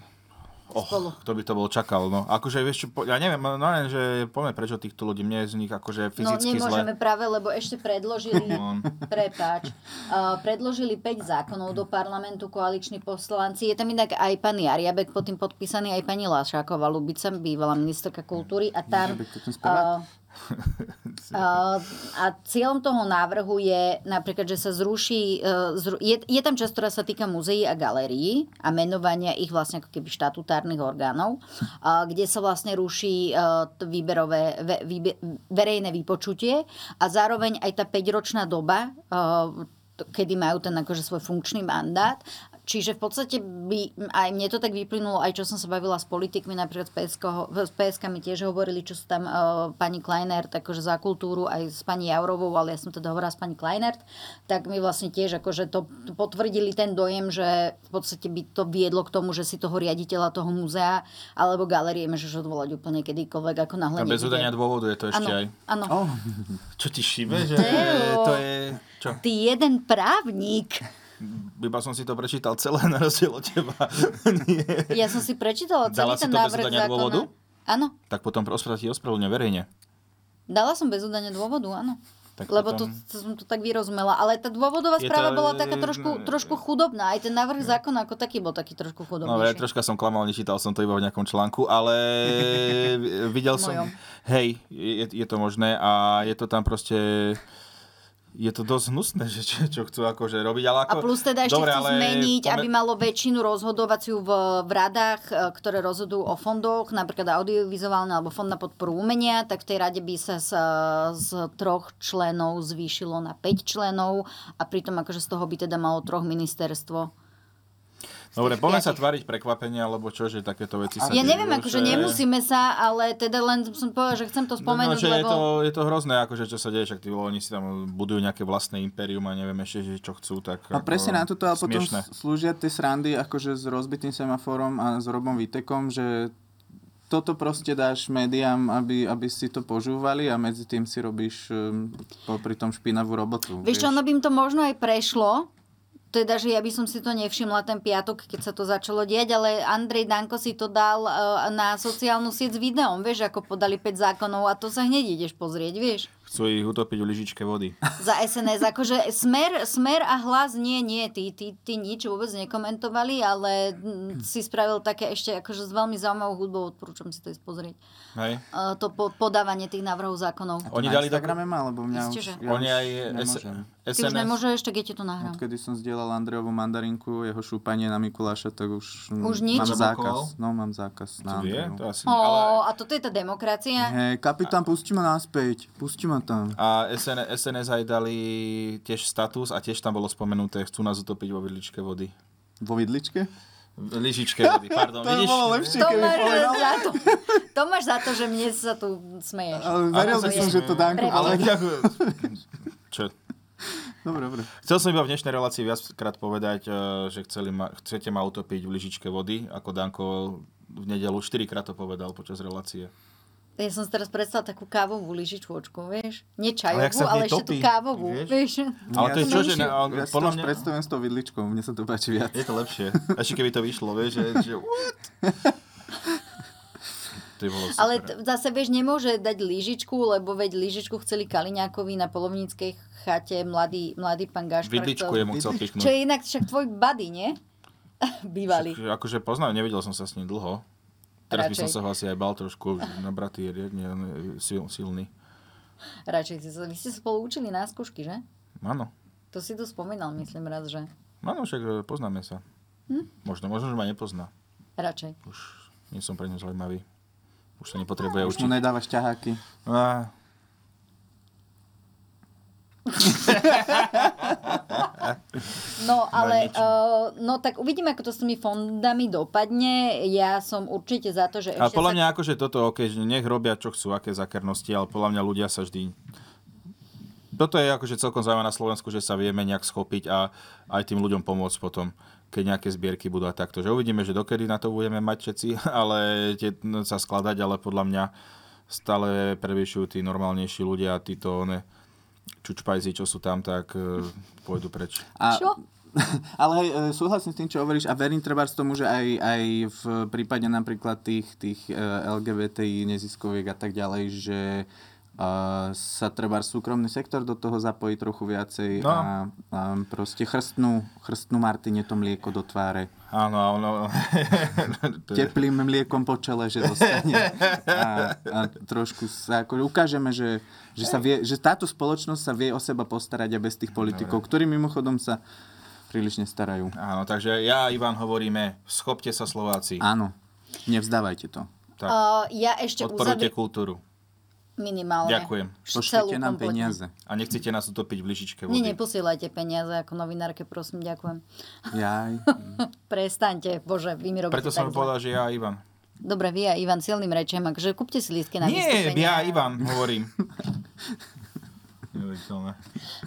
Speaker 2: Och,
Speaker 1: Spolu.
Speaker 2: kto by to bol čakal, no. Akože, vieš čo, po- ja neviem, no len, že poviem, prečo týchto ľudí, mne je z nich
Speaker 1: No
Speaker 2: akože fyzicky
Speaker 1: nemôžeme
Speaker 2: zle.
Speaker 1: práve, lebo ešte predložili,
Speaker 2: No.
Speaker 1: prepáč, uh, predložili 5 zákonov do parlamentu koaliční poslanci. Je tam inak aj pán Jariabek pod tým podpísaný, aj pani Lášáková Lubica, bývalá ministerka kultúry a tam...
Speaker 3: Jariabek, to ten
Speaker 1: uh,
Speaker 3: spevák?
Speaker 1: uh, a cieľom toho návrhu je napríklad, že sa zruší, uh, zru, je, je tam časť, ktorá sa týka muzeí a galérií a menovania ich vlastne ako keby štatutárnych orgánov, uh, kde sa vlastne ruší uh, t- výberové, ve, výbe, verejné vypočutie a zároveň aj tá 5-ročná doba, uh, t- kedy majú ten akože svoj funkčný mandát, Čiže v podstate by, aj mne to tak vyplynulo, aj čo som sa bavila s politikmi, napríklad s, PSK, ho- s PSK-mi tiež hovorili, čo sú tam e, pani Kleiner, takže za kultúru, aj s pani Jaurovou, ale ja som teda hovorila s pani Kleiner, tak mi vlastne tiež akože to to potvrdili ten dojem, že v podstate by to viedlo k tomu, že si toho riaditeľa toho múzea alebo galerie môžeš odvolať úplne kedykoľvek, ako náhle
Speaker 2: A bez
Speaker 1: nebude.
Speaker 2: udania dôvodu je to ešte
Speaker 1: Áno,
Speaker 2: aj.
Speaker 1: áno.
Speaker 2: Čo ti šíbe, že
Speaker 1: Teo.
Speaker 2: to je... Čo?
Speaker 1: Ty jeden právnik.
Speaker 2: Iba som si to prečítal celé na rozdiel od teba. Nie.
Speaker 1: Ja som si prečítala celý
Speaker 2: Dala
Speaker 1: ten
Speaker 2: si to bez
Speaker 1: návrh
Speaker 2: udania
Speaker 1: zákona.
Speaker 2: dôvodu?
Speaker 1: Áno,
Speaker 2: Tak potom ospravedlňujem ti ospravedlňuje verejne.
Speaker 1: Dala som bez udania dôvodu, áno.
Speaker 2: Tak
Speaker 1: Lebo
Speaker 2: potom-
Speaker 1: to, to som to tak vyrozumela. Ale tá dôvodová
Speaker 2: Je
Speaker 1: správa
Speaker 2: to,
Speaker 1: bola taká
Speaker 2: e,
Speaker 1: trošku, trošku chudobná. Aj ten návrh zákona ako taký bol taký trošku
Speaker 2: No ja
Speaker 1: chudobnejší.
Speaker 2: troška som klamal, nečítal som to iba v nejakom článku, ale videl som...
Speaker 1: Mojom.
Speaker 2: Hej, je, je to možné a je to tam proste... Je to dosť hnusné, že čo, čo chcú akože robiť,
Speaker 1: A
Speaker 2: ale ako...
Speaker 1: plus teda ešte
Speaker 2: Dobre,
Speaker 1: chcú
Speaker 2: ale
Speaker 1: zmeniť,
Speaker 2: pome-
Speaker 1: aby malo väčšinu rozhodovaciu v, v radách, e, ktoré rozhodujú o fondoch, napríklad audiovizuálne alebo fond na podporu umenia, tak v tej rade by sa z, z troch členov zvýšilo na 5 členov a pritom akože z toho by teda malo troch ministerstvo.
Speaker 2: Dobre,
Speaker 1: tých
Speaker 2: poďme sa
Speaker 1: piatich.
Speaker 2: tváriť prekvapenia, alebo čo, že takéto veci sa
Speaker 1: Ja
Speaker 2: dejú,
Speaker 1: neviem, akože nemusíme sa, ale teda len som povedala, že chcem to spomenúť,
Speaker 2: eh, no, že
Speaker 1: lebo...
Speaker 2: je, to, je to hrozné, akože čo sa deje, však tí oni si tam budujú nejaké vlastné impérium a neviem ešte, že čo chcú, tak
Speaker 3: A presne na toto, ale potom
Speaker 2: smiešné.
Speaker 3: slúžia tie srandy akože s rozbitým semaforom a s Robom Vitekom, že toto proste dáš médiám, aby, aby si to požúvali a medzi tým si robíš um, popri tom špinavú robotu.
Speaker 1: Vieš čo, ono by im to možno aj prešlo, teda, že ja by som si to nevšimla ten piatok, keď sa to začalo diať, ale Andrej Danko si to dal e, na sociálnu sieť s videom, vieš, ako podali 5 zákonov a to sa hneď ideš pozrieť, vieš.
Speaker 2: Chcú ich utopiť v lyžičke vody.
Speaker 1: Za SNS, akože smer, smer a hlas, nie, nie, ty, ty, ty nič vôbec nekomentovali, ale mm, si spravil také ešte, akože s veľmi zaujímavou hudbou, odporúčam si to ísť pozrieť.
Speaker 2: Hej?
Speaker 1: E, To po, podávanie tých návrhov zákonov.
Speaker 2: Oni
Speaker 3: na
Speaker 2: dali
Speaker 3: Instagrame
Speaker 2: takú-
Speaker 3: má, lebo mňa
Speaker 1: Isté,
Speaker 3: už,
Speaker 1: že. No.
Speaker 3: ja
Speaker 2: Oni
Speaker 3: už
Speaker 2: aj S-
Speaker 3: nemôžem.
Speaker 1: Ty už
Speaker 2: SNS,
Speaker 1: nemôžeš ešte, keď ti to nahrám.
Speaker 3: Odkedy som zdieľal Andrejovu mandarinku, jeho šúpanie na Mikuláša, tak už, mm,
Speaker 1: Už nič?
Speaker 3: mám zákaz.
Speaker 2: Zablokoval?
Speaker 3: No, mám zákaz na
Speaker 2: to je,
Speaker 3: Andreju.
Speaker 2: to asi
Speaker 1: Ó,
Speaker 2: nie, ale... Mhm.
Speaker 1: a toto je tá demokracia?
Speaker 3: Hej, kapitán, pusti ma naspäť. Pusti ma tam.
Speaker 2: A SN, SNS aj dali tiež status a tiež tam bolo spomenuté, chcú nás utopiť vo vidličke vody.
Speaker 3: Vo vidličke?
Speaker 2: V lyžičke vody, pardon,
Speaker 3: To by
Speaker 2: vidíš?
Speaker 3: bolo lepšie,
Speaker 1: To
Speaker 3: keby
Speaker 1: máš,
Speaker 3: povedal.
Speaker 1: za to, to máš za to, že mne sa tu smeješ.
Speaker 3: Ale veril by som, že to
Speaker 2: Ale
Speaker 3: Danko... Ale...
Speaker 2: ďakujem. Čo?
Speaker 3: Dobre, dobre.
Speaker 2: Chcel som iba v dnešnej relácii viackrát povedať, e, že chceli ma, chcete ma utopiť v lyžičke vody, ako Danko v nedelu 4 krát to povedal počas relácie.
Speaker 1: Ja som si teraz predstavila takú kávovú lyžičôčku, vieš? Nie čajovú,
Speaker 2: Ale jak sa v nej
Speaker 1: ale, ešte tú
Speaker 2: topí,
Speaker 1: kávovú,
Speaker 2: vieš?
Speaker 1: vieš?
Speaker 2: Ale to je
Speaker 3: si
Speaker 2: čo,
Speaker 3: to
Speaker 2: že
Speaker 3: už-
Speaker 2: ne- ale
Speaker 3: ja si
Speaker 2: podľa
Speaker 3: to už
Speaker 2: mňa-
Speaker 3: predstavujem s tou vidličkou, mne sa to páči viac.
Speaker 2: Je to lepšie. Ešte keby to vyšlo, vieš, že... že what? Ty bolo super.
Speaker 1: Ale t- zase, vieš, nemôže dať lyžičku, lebo veď lyžičku chceli Kaliňákovi na polovníckej chate mladý, mladý pán Gašpar.
Speaker 2: Vidličku
Speaker 1: chcel-
Speaker 2: jemu chcel piknúť.
Speaker 1: Čo je inak však tvoj buddy, nie? Bývalý.
Speaker 2: Akože- Akože poznám, nevidel som sa s ním dlho. Teraz by som
Speaker 1: Radšej.
Speaker 2: sa ho asi aj bal trošku, už na braty je riadne e, sil, silný.
Speaker 1: Radšej si sa... Vy ste sa spolu učili na skúšky, že?
Speaker 2: Áno,
Speaker 1: To si tu spomínal, myslím raz, že?
Speaker 2: áno, však e, poznáme sa.
Speaker 1: Hm?
Speaker 2: Možno, možno, že ma nepozná.
Speaker 1: Radšej.
Speaker 2: Nie som pre ňu zaujímavý. Už sa nepotrebuje
Speaker 3: Už
Speaker 2: učiť.
Speaker 3: mu nedávaš ťaháky.
Speaker 2: Á,
Speaker 1: No ale,
Speaker 2: nič.
Speaker 1: uh, no tak uvidíme, ako to s tými fondami dopadne. Ja som určite za to, že
Speaker 2: A
Speaker 1: ešte
Speaker 2: podľa
Speaker 1: sa...
Speaker 2: mňa akože toto, okay, že nech robia čo chcú, aké zakernosti, ale podľa mňa ľudia sa vždy... Toto je akože celkom zaujímavé na Slovensku, že sa vieme nejak schopiť a aj tým ľuďom pomôcť potom keď nejaké zbierky budú a takto. Že uvidíme, že dokedy na to budeme mať všetci, ale tie, no, sa skladať, ale podľa mňa stále prevyšujú tí normálnejší ľudia a títo one čučpajzi, čo sú tam, tak e, pôjdu preč.
Speaker 3: A, ale hej, e, súhlasím s tým, čo hovoríš a verím treba z tomu, že aj, aj v prípade napríklad tých, tých e, LGBTI neziskoviek a tak ďalej, že e, sa treba súkromný sektor do toho zapojí trochu viacej
Speaker 2: No.
Speaker 3: a, a proste chrstnú, chrstnú Martine to mlieko do tváre.
Speaker 2: Áno, a ono... To je-
Speaker 3: Teplým mliekom po čele, že dostane. A, a trošku sa ako, ukážeme, že, že, sa vie, že táto spoločnosť sa vie o seba postarať a bez tých politikov, ktorí mimochodom sa príliš nestarajú.
Speaker 2: Áno, takže ja a Ivan hovoríme, schopte sa Slováci.
Speaker 3: Áno, nevzdávajte to.
Speaker 2: Tak,
Speaker 1: Uh, ja ešte
Speaker 2: podporujte
Speaker 1: uzavri...
Speaker 2: kultúru.
Speaker 1: minimálne.
Speaker 2: Ďakujem.
Speaker 1: Celú kompletne.
Speaker 2: A nechcete nás utopiť v lyžičke
Speaker 1: Nie,
Speaker 2: vody.
Speaker 1: neposielajte peniaze ako novinárke, prosím, ďakujem.
Speaker 3: Jaj.
Speaker 1: Prestaňte, bože, vy mi robíte
Speaker 2: Preto
Speaker 1: tak
Speaker 2: som
Speaker 1: zle.
Speaker 2: povedal, že ja a Ivan.
Speaker 1: Dobre, vy a Ivan silným rečem, akože kúpte si lístky na
Speaker 2: Nie,
Speaker 1: vystúpenie.
Speaker 2: ja a Ivan hovorím. Neuveriteľné.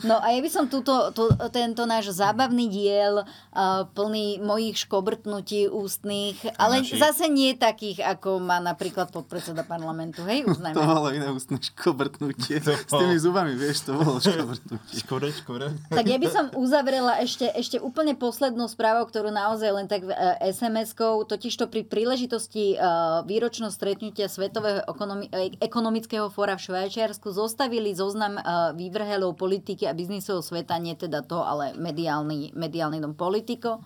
Speaker 1: No a ja by som túto, tú, tento náš zábavný diel uh, plný mojich škobrtnutí ústnych, ale
Speaker 3: našich.
Speaker 1: zase nie takých, ako má napríklad podpredseda parlamentu, hej, uznajme.
Speaker 3: To bolo iné ústne škobrtnutie. S tými zubami, vieš, to bolo škobrtnutie.
Speaker 2: Škobre, škobre.
Speaker 1: Tak ja by som uzavrela ešte, ešte úplne poslednú správou, ktorú naozaj len tak e, SMS-kou, totižto pri príležitosti e, výročného stretnutia Svetového ekonomi- e, ekonomického fóra v Švajčiarsku zostavili zoznam e, vývrhelov politiky a biznisov sveta, nie teda to, ale mediálny, mediálny dom politiko.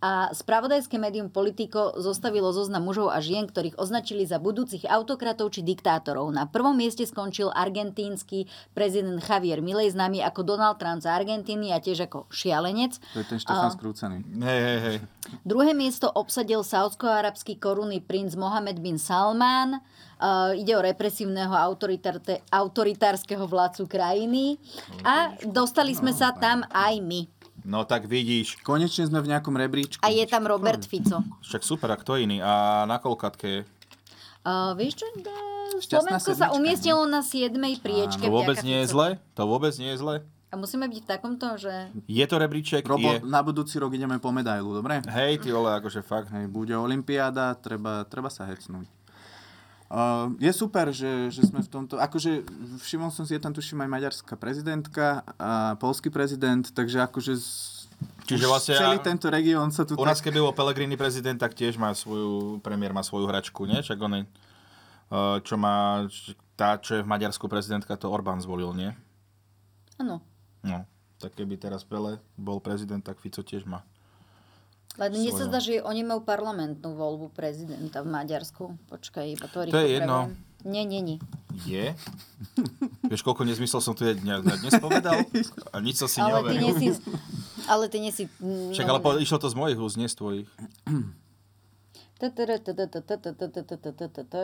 Speaker 1: A spravodajské médium Politico zostavilo zoznam mužov a žien, ktorých označili za budúcich autokratov či diktátorov. Na prvom mieste skončil argentínsky prezident Javier Milei, známy ako Donald Trump z Argentíny a tiež ako šialenec.
Speaker 3: To je ten Štefan
Speaker 1: A-
Speaker 3: Skrúcaný.
Speaker 2: Hej, hej, hej.
Speaker 1: Druhé miesto obsadil saudsko-arabský korunný princ Mohamed bin Salman. Uh, ide o represívneho autoritarte- autoritárskeho vládcu krajiny. A dostali sme sa tam aj my.
Speaker 2: No tak vidíš.
Speaker 3: Konečne sme v nejakom rebríčku.
Speaker 1: A je tam Robert Fico.
Speaker 2: Však super, a kto iný? A na koľkatke je?
Speaker 1: Uh, vieš čo? Da,
Speaker 2: Šťastná
Speaker 1: Slovensko sa
Speaker 2: sedmička,
Speaker 1: umiestnilo na 7. priečke.
Speaker 2: To vôbec
Speaker 1: vďaka
Speaker 2: nie je
Speaker 1: Ficovi.
Speaker 2: zle? To vôbec nie je zle?
Speaker 1: A musíme byť v takomto, že...
Speaker 2: Je to rebríček?
Speaker 3: Robo,
Speaker 2: Je.
Speaker 3: na budúci rok ideme po medailu, dobre?
Speaker 2: Hej, ty vole, akože fakt.
Speaker 3: Hej, bude olimpiáda, treba, treba sa hecnúť. Uh, je super, že, že sme v tomto... Akože všimol som si, je tam tuším aj maďarská prezidentka a polský prezident, takže akože z,
Speaker 2: Čiže
Speaker 3: už
Speaker 2: vlastne-
Speaker 3: celý tento región sa tu...
Speaker 2: U nás, keby bol Pellegrini prezident, tak tiež má svoju, premiér má svoju hračku, nie? Čak on je, eh, čo má, č- tá, čo je v Maďarsku prezidentka, to Orbán zvolil, nie?
Speaker 1: Áno.
Speaker 2: No, tak keby teraz Pele bol prezident, tak Fico tiež má.
Speaker 1: Len mne sa
Speaker 2: Svoje.
Speaker 1: zdá, že oni majú parlamentnú voľbu prezidenta v Maďarsku. Počkaj, iba to rýchlo
Speaker 2: To je jedno.
Speaker 1: preverím. Nie, nie, nie.
Speaker 2: Je? Vieš, koľko nezmyslel som tu ja dňa- na dnes povedal? A nič som si
Speaker 1: Ale ty, nie si,
Speaker 2: neoveril.
Speaker 1: ale ty nie si... mm,
Speaker 2: Však ale
Speaker 1: novinár.
Speaker 2: po, išlo to z mojich úst, nie z tvojich.
Speaker 1: Tatara, tatata, tatata, tatata, tatata.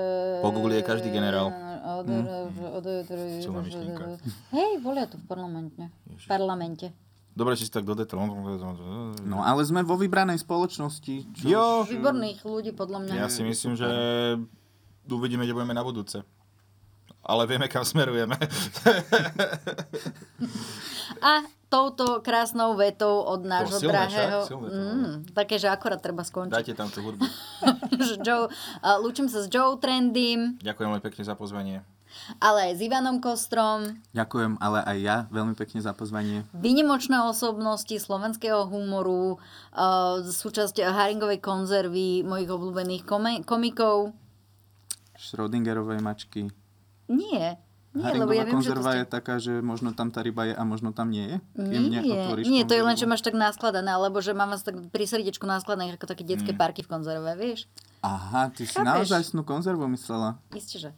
Speaker 2: Po Google je každý generál.
Speaker 1: Odr- odr- odr-
Speaker 2: Silná myšlienka.
Speaker 1: Hej, volia to v parlamente. V parlamente.
Speaker 2: Dobre, či si tak do detailu.
Speaker 3: No, ale sme vo vybranej spoločnosti. Čo
Speaker 2: Jo.
Speaker 3: už, e,
Speaker 1: Výborných ľudí, podľa mňa.
Speaker 2: Oh. Ja si myslím, že uvidíme, kde budeme na budúce. Ale vieme, kam smerujeme.
Speaker 1: A touto krásnou vetou od nášho
Speaker 2: silné,
Speaker 1: drahého...
Speaker 2: však, silné to bolo.
Speaker 1: Mm, také, že akorát treba skončiť.
Speaker 2: Dajte tam tú hudbu.
Speaker 1: Že Joe, a lúčim sa s Joe Trendym,
Speaker 2: Ďakujem veľmi pekne za pozvanie.
Speaker 1: ale aj s Ivanom Kostrom,
Speaker 3: Ďakujem, ale aj ja veľmi pekne za pozvanie.
Speaker 1: vynimočné osobnosti slovenského humoru, uh, súčasť Haringovej konzervy mojich obľúbených kome- komikov.
Speaker 3: Schrödingerovej mačky.
Speaker 1: Nie, nie, lebo
Speaker 3: Haringová
Speaker 1: ja viem, že to
Speaker 3: konzerva
Speaker 1: ste...
Speaker 3: je taká, že možno tam tá ryba je a možno tam nie je. Kým
Speaker 1: Nie,
Speaker 3: neotvoríš
Speaker 1: nie, to je len,
Speaker 3: konzervu.
Speaker 1: čo máš tak naskladané, alebo že mám vás tak pri srdiečku naskladané ako také detské
Speaker 3: Mm.
Speaker 1: parky v konzerve, vieš?
Speaker 3: Aha, ty si
Speaker 1: Chápeš?
Speaker 3: naozaj snú konzervu myslela.
Speaker 1: Isté, že.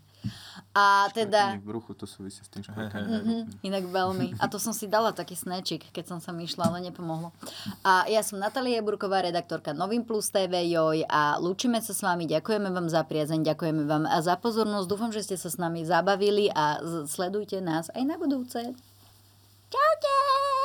Speaker 1: A teda...
Speaker 3: Nie, v bruchu to súvisí s tým škvrkaním.
Speaker 1: Mhm, inak veľmi. A to som si dala taký snečik, keď som sa myšla, ale nepomohlo. A ja som Natália Burková, redaktorka Novým Plus TV Joj a lúčime sa s vami. Ďakujeme vám za priazeň, ďakujeme vám a za pozornosť. Dúfam, že ste sa s nami zabavili a z- sledujte nás aj na budúce. Čaute!